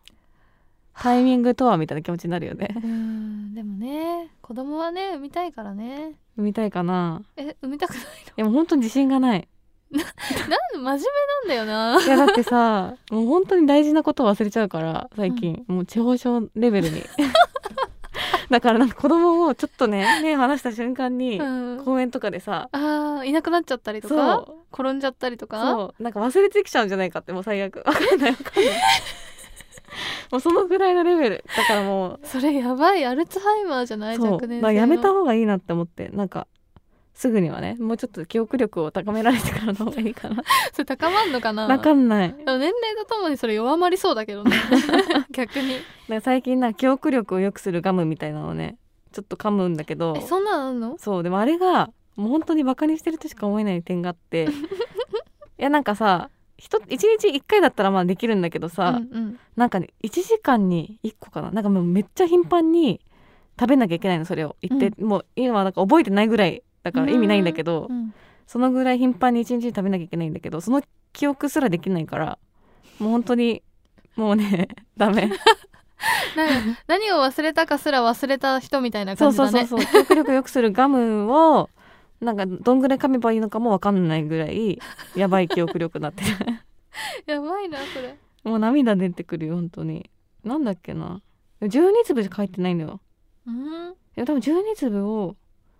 Speaker 2: タイミングとはみたいな気持ちになるよ ね
Speaker 1: うんでもね子供はね産みたいからね
Speaker 2: 産みたいかな
Speaker 1: え産みたくない
Speaker 2: いやもう本当に自信がない
Speaker 1: のなん真面目なんだよない
Speaker 2: やだっ てさもう本当に大事なことを忘れちゃうから最近、もう地方症レベルに だからなんか子供をちょっとね目を離した瞬間に、
Speaker 1: うん
Speaker 2: 公園とかでさ
Speaker 1: あーいなくなっちゃったりとか
Speaker 2: そう
Speaker 1: 転んじゃったりとか
Speaker 2: そうなんか忘れてきちゃうんじゃないかってもう最悪わかんないわかんないもうそのぐらいのレベルだからもう
Speaker 1: それやばいアルツハイマーじゃない
Speaker 2: そう
Speaker 1: 若年
Speaker 2: だ
Speaker 1: 性の
Speaker 2: からやめた方がいいなって思ってなんかすぐにはねもうちょっと記憶力を高められてからの方がいいかな
Speaker 1: それ高まんのかな
Speaker 2: わかんない
Speaker 1: でも年齢とともにそれ弱まりそうだけど ね逆に
Speaker 2: なんか最近なんか記憶力を良くするガムみたいなのをねちょっと噛むんだけど
Speaker 1: えそんなのあんの
Speaker 2: そうでもあれがもう本当にバカにしてるとしか思えない点があっ ていやなんかさひと一日一回だったらまあできるんだけど
Speaker 1: う
Speaker 2: さ、
Speaker 1: んうん
Speaker 2: なんかね1時間に1個かななんかもうめっちゃ頻繁に食べなきゃいけないのそれを言って、もう今はなんか覚えてないぐらいだから意味ないんだけど、
Speaker 1: うん
Speaker 2: そのぐらい頻繁に1日に食べなきゃいけないんだけどその記憶すらできないからもう本当にもう ねダメ
Speaker 1: なんか何を忘れたかすら忘れた人みたいな
Speaker 2: そ
Speaker 1: 感じ
Speaker 2: うそう
Speaker 1: だ
Speaker 2: そう
Speaker 1: ね
Speaker 2: そう記憶力良くするガムをなんかどんぐらい噛めばいいのかも分かんないぐらいやばい記憶力になってる
Speaker 1: やばいなそれ
Speaker 2: もう涙出てくるよ本当になんだっけな12粒しか入ってないのよ
Speaker 1: うん
Speaker 2: いや多分12粒を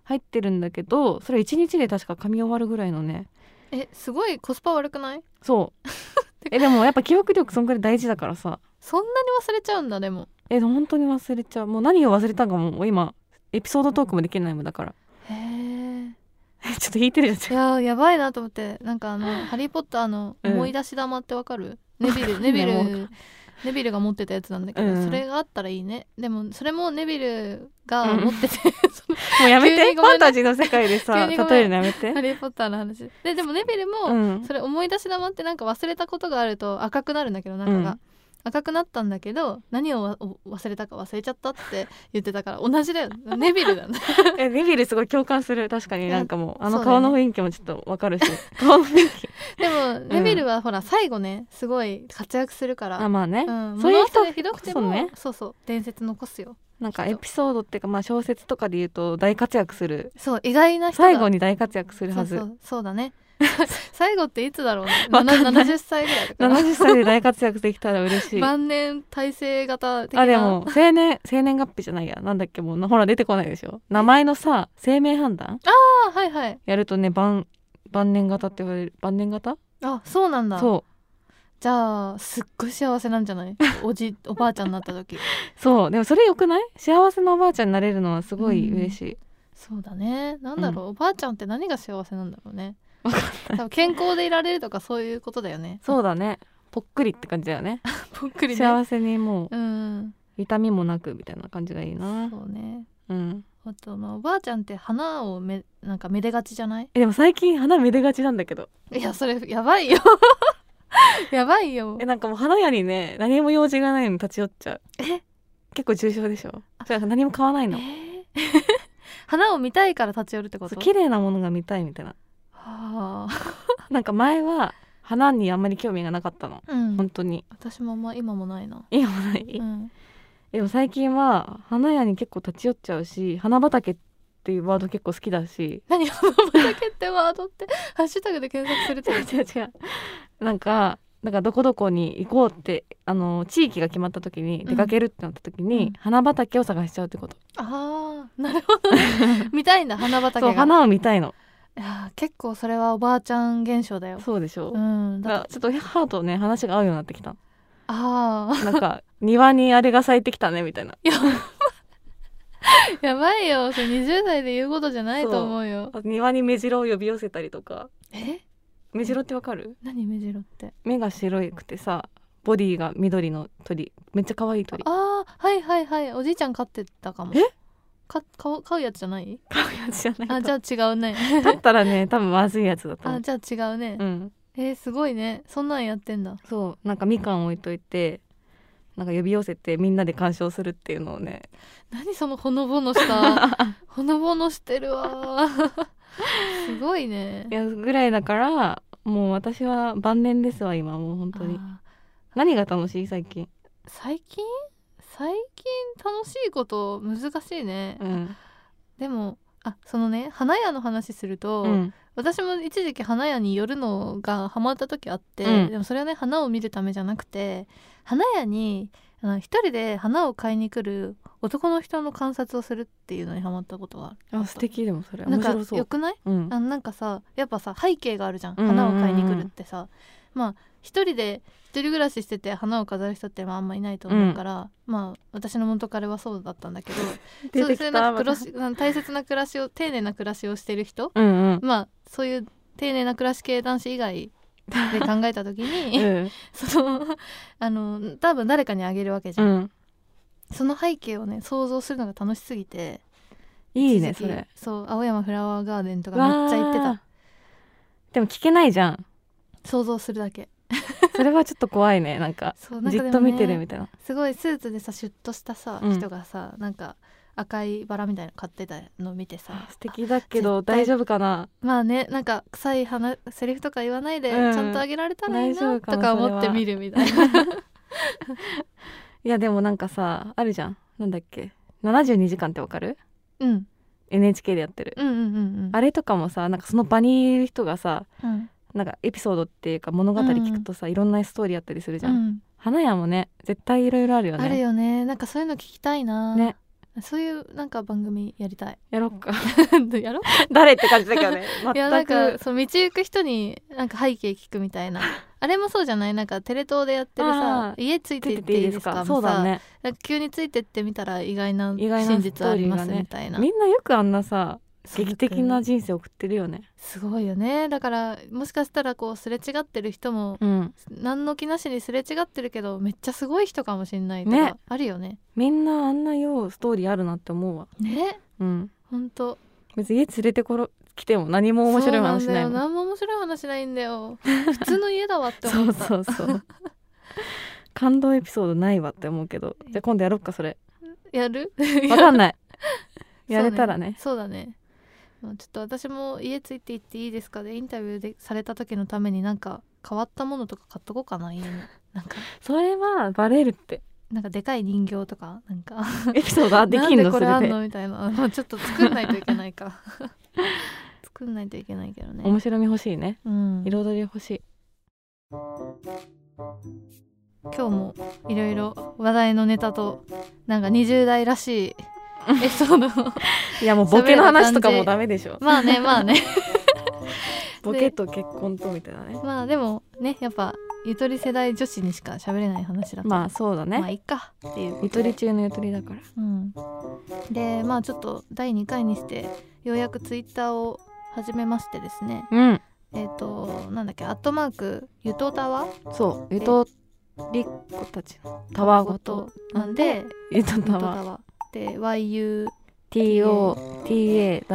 Speaker 2: 入ってるんだけどそれ1日で確か噛み終わるぐらいのね
Speaker 1: えすごいコスパ悪くない
Speaker 2: そう えでもやっぱ記憶力そんぐらい大事だからさ
Speaker 1: そんなに忘れちゃうんだでも
Speaker 2: えでも本当に忘れちゃうもう何を忘れたかもう今エピソードトークもできないもんだから
Speaker 1: へ え
Speaker 2: ちょっと引いてるじ
Speaker 1: い
Speaker 2: ゃん
Speaker 1: やーやばいなと思ってなんかあの「ハリー・ポッター」の
Speaker 2: うん
Speaker 1: 思い出し玉ってわかる、ネビ ル
Speaker 2: な
Speaker 1: ネ
Speaker 2: い
Speaker 1: ビ
Speaker 2: もう
Speaker 1: ルネビルが持ってたやつなんだけど、
Speaker 2: うん
Speaker 1: それがあったらいいねでもそれもネビルが持って て、その
Speaker 2: もうやめ
Speaker 1: 急
Speaker 2: て、
Speaker 1: にご
Speaker 2: フ
Speaker 1: めんね
Speaker 2: ァンタジーの世界でさ
Speaker 1: 急
Speaker 2: 例
Speaker 1: にごめん
Speaker 2: えるのやめて
Speaker 1: ハリー・ポッターの話ででもネビル
Speaker 2: う
Speaker 1: も、
Speaker 2: ん
Speaker 1: それ思い出し玉ってなんか忘れたことがあると赤くなるんだけど中が、
Speaker 2: うん
Speaker 1: 赤くなったんだけど何をわお忘れたか忘れちゃったって言ってたから同じだよネビルだね
Speaker 2: えビビルすごい共感する確かになんかもう
Speaker 1: や
Speaker 2: あの
Speaker 1: そうだ
Speaker 2: 顔
Speaker 1: よね
Speaker 2: の雰囲気もちょっとわ かるし、顔の雰囲気
Speaker 1: でもネビルはほら最後ねすごい活躍するから
Speaker 2: あまあね、
Speaker 1: うん、
Speaker 2: そう
Speaker 1: そう
Speaker 2: い
Speaker 1: いうう
Speaker 2: 人
Speaker 1: 人でひどくても
Speaker 2: こ
Speaker 1: そ,、
Speaker 2: そうね
Speaker 1: そう伝説残すよ
Speaker 2: なんかエピソードっていうかまあ小説とかで言うと大活躍する
Speaker 1: そう意外な人が
Speaker 2: 最後に大活躍するはず
Speaker 1: そうそうそうだね 最後っていつだろうね
Speaker 2: わかんない
Speaker 1: な70歳ぐらいだから
Speaker 2: 70歳で大活躍できたら嬉しい
Speaker 1: 晩年体制型的な
Speaker 2: あでも生年生年月日じゃないやなんだっけもうなほら出てこないでしょ名前のさ生命判断
Speaker 1: あはいはい
Speaker 2: やるとね晩晩年型って言われる晩年型
Speaker 1: あそうなんだ
Speaker 2: そ
Speaker 1: じゃあすっごい幸せなんじゃ ないおじおばあちゃんになった時
Speaker 2: うそうでもそれ良くない幸せなおばあちゃんになれるのはすごい嬉しい、
Speaker 1: そうだねなんだろう、おばあちゃんって何が幸せなんだろうね多分健康でいられるとかそういうことだよね
Speaker 2: そうだねぽっくりって感じだよね
Speaker 1: ぽっくりね
Speaker 2: 幸せにもう
Speaker 1: うん
Speaker 2: 痛みもなくみたいな感じがいいな
Speaker 1: そうね
Speaker 2: うん
Speaker 1: あとまあおばあちゃんって花をめなんかめでがちじゃない
Speaker 2: えでも最近花めでがちなんだけど
Speaker 1: いやそれやば いよやばいよ
Speaker 2: えなんかもう花屋にね何も用事がないのに立ち寄っちゃう
Speaker 1: え
Speaker 2: 結構重症でしょじゃあ何も買わないの
Speaker 1: え ー花を見たいから立ち寄るってこ
Speaker 2: そ
Speaker 1: と
Speaker 2: う綺麗なものが見たいみたいな
Speaker 1: はあ、
Speaker 2: なんか前は花にあんまり興味がなかったの
Speaker 1: うん
Speaker 2: 本、当に
Speaker 1: 私もあんま今もないな、
Speaker 2: いいもない、
Speaker 1: うん、
Speaker 2: でも最近は花屋に結構立ち寄っちゃうし花畑っていうワード結構好きだし
Speaker 1: 何花畑ってワードって ハッシュタグで検索するって
Speaker 2: 違う
Speaker 1: こ
Speaker 2: 違う違うなんかなんかどこどこに行こうってあの地域が決まった時に出かけるってなった時に、
Speaker 1: うん
Speaker 2: 花畑を探しちゃうってこと
Speaker 1: とああなるほど ね見たいんだ花畑
Speaker 2: そう
Speaker 1: が
Speaker 2: 花を見たいの
Speaker 1: いやー結構それはおばあちゃん現象だよ
Speaker 2: そうでしょ
Speaker 1: う、ん
Speaker 2: だか
Speaker 1: だ
Speaker 2: らちょっと母とね話が合うようになってきた
Speaker 1: あ
Speaker 2: なんか 庭にあれが咲いてきたねみたいな
Speaker 1: あ やばいよそれ20代で言うことじゃないと思うよ
Speaker 2: 庭に目白を呼び寄せたりとか
Speaker 1: え
Speaker 2: 目白ってわかる
Speaker 1: 何目白って
Speaker 2: 目が白くてさボディが緑の鳥めっちゃ可愛い鳥
Speaker 1: ああはいはいはいおじいちゃん飼ってたかも
Speaker 2: え
Speaker 1: か買う買うやつじゃない
Speaker 2: 可愛いやつじゃない
Speaker 1: あ
Speaker 2: と
Speaker 1: じゃあ違うね
Speaker 2: だったらね多分まずいやつだと思
Speaker 1: あ
Speaker 2: う
Speaker 1: じゃあ違うね、
Speaker 2: うん
Speaker 1: えーすごいねそんなんやってんだ
Speaker 2: そうなんかみかん置いといてなんか呼び寄せてみんなで鑑賞するっていうのをね
Speaker 1: 何そのほのぼのした ほのぼのしてるわすごいね
Speaker 2: いやぐらいだからもう私は晩年ですわ今もう本当に
Speaker 1: あー
Speaker 2: 何が楽しい最近
Speaker 1: 最近最近楽しいこと難しいね、
Speaker 2: うん、
Speaker 1: でもあそのね花屋の話すると、
Speaker 2: うん、
Speaker 1: 私も一時期花屋に寄るのがハマった時あって、
Speaker 2: うん
Speaker 1: でもそれはね花を見るためじゃなくて花屋にあの一人で花を買いに来る男の人の観察をするっていうのにハマったことがある
Speaker 2: あ素敵でもそれ
Speaker 1: なん
Speaker 2: 面
Speaker 1: か
Speaker 2: 白そう
Speaker 1: よくない
Speaker 2: うん
Speaker 1: あのなんかさやっぱさ背景があるじゃん
Speaker 2: うんうんうん
Speaker 1: 花を買いに来るってさ、まあ一人で一人暮らししてて花を飾る人ってまああんまいないと思うから、まあ私の元彼はそうだったんだけど
Speaker 2: 出
Speaker 1: そう
Speaker 2: て
Speaker 1: そ
Speaker 2: き
Speaker 1: う
Speaker 2: た
Speaker 1: なんか暮らし うん大切な暮らしを丁寧な暮らしをしてる人、
Speaker 2: うんうん
Speaker 1: まあそういう丁寧な暮らし系男子以外 で考えた時に、
Speaker 2: うん
Speaker 1: そのあの多分誰かにあげるわけじ
Speaker 2: う
Speaker 1: ゃん、
Speaker 2: ん
Speaker 1: その背景をね想像するのが楽しすぎて
Speaker 2: いいね
Speaker 1: 一時期
Speaker 2: それ
Speaker 1: そう青山フラワーガーデンとかめっちゃ行って
Speaker 2: わ
Speaker 1: た
Speaker 2: あでも聞けないじゃん
Speaker 1: 想像するだけ
Speaker 2: それはちょっと怖いねなんか
Speaker 1: そうなん
Speaker 2: じ
Speaker 1: か
Speaker 2: っ
Speaker 1: で
Speaker 2: と
Speaker 1: もね
Speaker 2: 見てるみたいな
Speaker 1: すごいスーツでさシュッとしたさ、
Speaker 2: うん
Speaker 1: 人がさなんか赤いバラみたいなの買ってたの見てさ
Speaker 2: あ素敵だけど
Speaker 1: 絶対
Speaker 2: 大丈夫かな
Speaker 1: まあねなんか臭い話セリフとか言わないで、
Speaker 2: うん
Speaker 1: ちゃんとあげられたらいい
Speaker 2: 大丈
Speaker 1: な
Speaker 2: 夫かな
Speaker 1: とか思っ
Speaker 2: それ
Speaker 1: て
Speaker 2: は
Speaker 1: 見るみたいな
Speaker 2: いやでもなんかさあるじゃんなんだっけ72時間ってわかる
Speaker 1: うん
Speaker 2: NHK でやってる
Speaker 1: うんうんうんうん
Speaker 2: あれとかもさなんかその場にいる人がさ
Speaker 1: うん
Speaker 2: なんかエピソードっていうか物語聞くとさ、いろんなストーリーあったりするじゃん、
Speaker 1: うん
Speaker 2: 花屋もね絶対いろいろあるよね
Speaker 1: あるよねなんかそういうの聞きたいな、
Speaker 2: ね
Speaker 1: そういうなんか番組やりたい
Speaker 2: やろっか
Speaker 1: やろ
Speaker 2: 誰って感じだけどね
Speaker 1: いやなん
Speaker 2: 全
Speaker 1: か
Speaker 2: く
Speaker 1: そう道行く人になんか背景聞くみたいなあれもそうじゃないなんかテレ東でやってる
Speaker 2: あ
Speaker 1: さ
Speaker 2: ー
Speaker 1: 家ついて行
Speaker 2: 出て
Speaker 1: ってて
Speaker 2: い
Speaker 1: いい
Speaker 2: いで
Speaker 1: ですすか
Speaker 2: か
Speaker 1: みた
Speaker 2: そう
Speaker 1: いな
Speaker 2: だ
Speaker 1: さ
Speaker 2: ね
Speaker 1: なんか急についてってみたら意外な
Speaker 2: 意外な
Speaker 1: 真実ありま
Speaker 2: ストー
Speaker 1: す
Speaker 2: リーがね
Speaker 1: みたいな
Speaker 2: みんなよくあんなさ
Speaker 1: そう
Speaker 2: 劇的な人生送ってるよね
Speaker 1: すごいよねだからもしかしたらこうすれ違ってる人も
Speaker 2: うん
Speaker 1: 何の気なしにすれ違ってるけどめっちゃすごい人かもしれないとか、
Speaker 2: ね
Speaker 1: あるよね
Speaker 2: みんなあんなようストーリーあるなって思うわ
Speaker 1: ね
Speaker 2: うん
Speaker 1: ほんと
Speaker 2: 別に家連れてころ来ても何も面白い話ない
Speaker 1: そ
Speaker 2: も
Speaker 1: うんなんだよ何も面白い話ないんだよ普通の家だわって
Speaker 2: そ
Speaker 1: 思っ
Speaker 2: う
Speaker 1: た
Speaker 2: そうそう感動エピソードないわって思うけどじゃあ今度やろっかそれ
Speaker 1: やる
Speaker 2: わかんないやれたらね
Speaker 1: そうだねそうだねまあちょっと私も家ついて行っていいですかでインタビューでされた時のためになんか変わったものとか買っとこうかな家 になんか
Speaker 2: それはバレるって
Speaker 1: なんかでかい人形とかなんか
Speaker 2: エピソードはできん
Speaker 1: な
Speaker 2: の
Speaker 1: んでこ
Speaker 2: そ
Speaker 1: れあ
Speaker 2: れ
Speaker 1: ん
Speaker 2: で
Speaker 1: のみたいなもうちょっと作んないといけないか 作んないといけないけどね
Speaker 2: 面白み欲しいね
Speaker 1: うん今
Speaker 2: 彩り欲しい
Speaker 1: 日もいろいろ話題のネタとなんか20代らしいエピソードを
Speaker 2: いやもうボケの話とかもダメでしょ
Speaker 1: まあねまあね
Speaker 2: ボケと結婚とみたいなね
Speaker 1: まあでもねやっぱゆとり世代女子にしか喋れない話だと
Speaker 2: まあそうだ
Speaker 1: まあ
Speaker 2: ね
Speaker 1: いっかっていう
Speaker 2: ゆとり中のゆとりだから
Speaker 1: うん、でまあちょっと第2回にしてようやくツイッターを始めましてですね
Speaker 2: うん
Speaker 1: えっ、となんだっけアットマークゆとたわ
Speaker 2: そうゆとりっ子たちのタワーごと
Speaker 1: なんで
Speaker 2: ゆと
Speaker 1: ゆと
Speaker 2: た
Speaker 1: た
Speaker 2: わ
Speaker 1: わで YU
Speaker 2: TOTAWA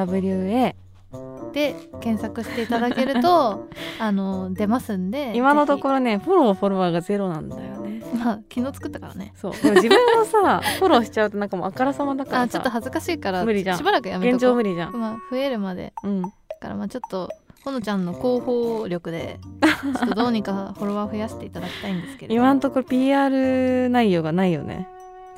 Speaker 1: で検索していただける とあの出ますんで
Speaker 2: 今のとこ
Speaker 1: ろ
Speaker 2: ろねフォローフォロワーがゼロなんだよね
Speaker 1: まあ昨日作ったからね
Speaker 2: そうでも自分の さフォローしちゃうとなんかもうあからさまだから
Speaker 1: あちょっと
Speaker 2: さ
Speaker 1: 恥ずかしいから
Speaker 2: 無理じゃん
Speaker 1: しばらくやめとこう
Speaker 2: 現状無理じゃん
Speaker 1: まあ増えるまで
Speaker 2: うん
Speaker 1: だからまあちょっとほのちゃんの広報力でちょっとどうにかフォロワー増やしていただきたいんですけれど
Speaker 2: 今のところ PR 内容がないよね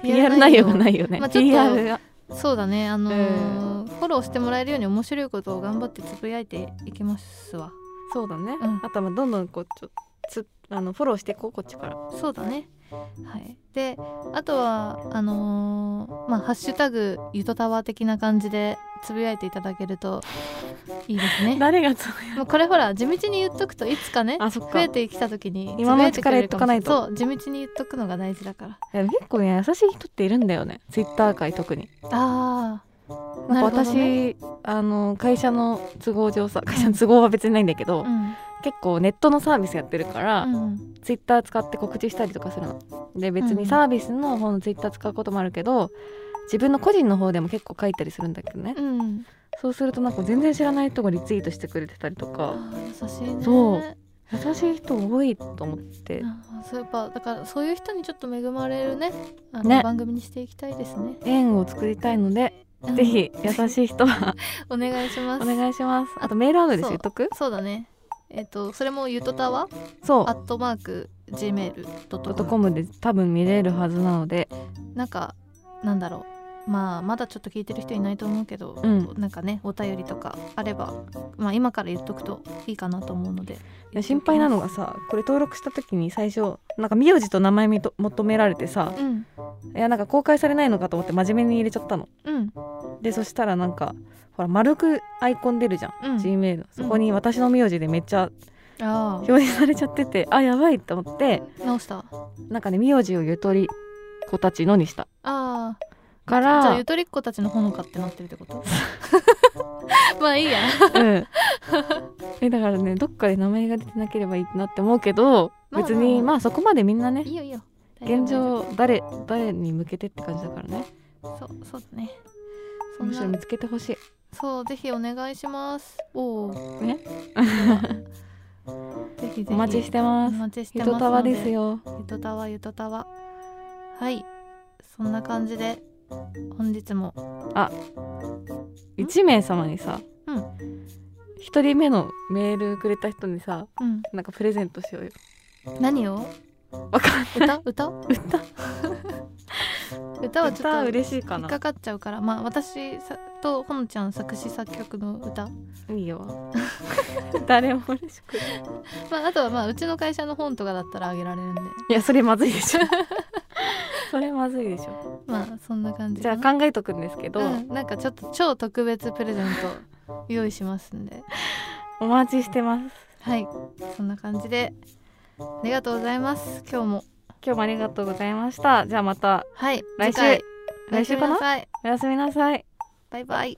Speaker 2: PR 内容がないよね
Speaker 1: まあちょっと
Speaker 2: PR が
Speaker 1: そうだねあのーフォローしてもらえるように面白いことを頑張ってつぶやいていきますわ
Speaker 2: そうだね
Speaker 1: うん
Speaker 2: あとはまあどんどんこうちょつあのフォローしていこうこっちから
Speaker 1: そうだねはいであとはあのーまあ「ハッシュタグゆとたわ」的な感じでつぶやいていただけるといいです ね
Speaker 2: 誰がそう
Speaker 1: もうこれほら地道に言っとくといつかね
Speaker 2: あそっ
Speaker 1: 増
Speaker 2: か
Speaker 1: えてきた時に
Speaker 2: 今のうちから言っとかないと
Speaker 1: そう地道に言っとくのが大事だから
Speaker 2: いや結構ね優しい人っているんだよねツイッター界特に
Speaker 1: ああ
Speaker 2: なんか私、あの会社の都合上さ 会社の都合は別にないんだけ
Speaker 1: う
Speaker 2: ど、
Speaker 1: ん
Speaker 2: 結構ネットのサービスやってるから、
Speaker 1: うん
Speaker 2: ツイッター使って告知したりとかするので
Speaker 1: う
Speaker 2: 別
Speaker 1: んう
Speaker 2: に
Speaker 1: ん
Speaker 2: サービスの方のツイッター使うこともあるけど自分の個人の方でも結構書いたりするんだけどね
Speaker 1: うん、
Speaker 2: そうするとなんか全然知らない人がリツイートしてくれてたりと
Speaker 1: あ
Speaker 2: か
Speaker 1: ー優しいね
Speaker 2: そう優しい人多いと思って
Speaker 1: あーそうやっぱだからそういう人にちょっと恵まれるねあの
Speaker 2: ね
Speaker 1: 番組にしていきたいですね
Speaker 2: 縁を作りたいのでぜひ優しい人は
Speaker 1: お願いしま
Speaker 2: お
Speaker 1: す
Speaker 2: 願いしますあとメールアドレス言っとく
Speaker 1: そうだねえっ、とそれもゆとたわ
Speaker 2: そう
Speaker 1: アットマーク gmail.com
Speaker 2: .com で多分見れるはずなので
Speaker 1: なんかなんだろうまあまだちょっと聞いてる人いないと思うけど、
Speaker 2: うん
Speaker 1: なんかねお便りとかあれば、まあ、今から言っとくといいかなと思うので
Speaker 2: いや心配なのがさこれ登録した時に最初なんか名字と名前みと求められてさ
Speaker 1: うん
Speaker 2: いやなんか公開されないのかと思って真面目に入れちゃったの
Speaker 1: うん
Speaker 2: でそしたらなんかほら丸くアイコン出るじゃ
Speaker 1: う
Speaker 2: ん、
Speaker 1: ん
Speaker 2: Gmail のそこに私の名字でめっちゃ
Speaker 1: あ
Speaker 2: 表示されちゃっててあやばいと思って
Speaker 1: あ直したあ
Speaker 2: なんかね名字をゆとり子たちのにした
Speaker 1: あ
Speaker 2: か
Speaker 1: じゃあ
Speaker 2: ら
Speaker 1: ゆとりっ子たちのほのかってなってるってこと まあいいや
Speaker 2: うん、えだからねどっかで名前が出てなければいいなって思うけど
Speaker 1: まあ
Speaker 2: 別
Speaker 1: まあ
Speaker 2: にまあそこまでみんないね
Speaker 1: いよいいよ大丈夫
Speaker 2: 現状誰誰に向けてって感じだからね
Speaker 1: そうそうだねそん
Speaker 2: むしろ見
Speaker 1: な
Speaker 2: つけてほしい
Speaker 1: そうぜひお願いしますおお
Speaker 2: ね
Speaker 1: ぜひぜひ
Speaker 2: お待ちして
Speaker 1: お
Speaker 2: ます
Speaker 1: 待ちして
Speaker 2: ゆ
Speaker 1: ます
Speaker 2: とたわです
Speaker 1: よ
Speaker 2: よ
Speaker 1: ゆとたわゆとたわはいそんな感じで本日も
Speaker 2: 1名様にさ、
Speaker 1: うん
Speaker 2: 1人目のメールくれた人にさ
Speaker 1: うん
Speaker 2: なんかプレゼントしようよ
Speaker 1: 何を
Speaker 2: わかん
Speaker 1: 歌 歌歌歌はちょ
Speaker 2: 歌
Speaker 1: っと
Speaker 2: 嬉しいか
Speaker 1: 引っ
Speaker 2: な
Speaker 1: かかっちゃうからまあ私さとほのちゃん作詞作曲の歌
Speaker 2: いいよ 誰も嬉 しくない
Speaker 1: まああとはまあうちの会社の本とかだったらあげられるんで
Speaker 2: いやそれまずいでしょ それまずいでしょ
Speaker 1: まあそんな感じ
Speaker 2: じゃ
Speaker 1: か
Speaker 2: あ
Speaker 1: な
Speaker 2: 考えとくんですけど、
Speaker 1: うん、なんかちょっと超特別プレゼント用意しますんで
Speaker 2: お待ちしてます
Speaker 1: はいそんな感じでありがとうございます今日も
Speaker 2: 今日もありがとうございましたじゃあまた
Speaker 1: はい
Speaker 2: 来
Speaker 1: 次
Speaker 2: 週
Speaker 1: 回おや
Speaker 2: 来
Speaker 1: す
Speaker 2: 週
Speaker 1: み
Speaker 2: か
Speaker 1: な
Speaker 2: な
Speaker 1: さい
Speaker 2: おやすみなさい
Speaker 1: バイバイ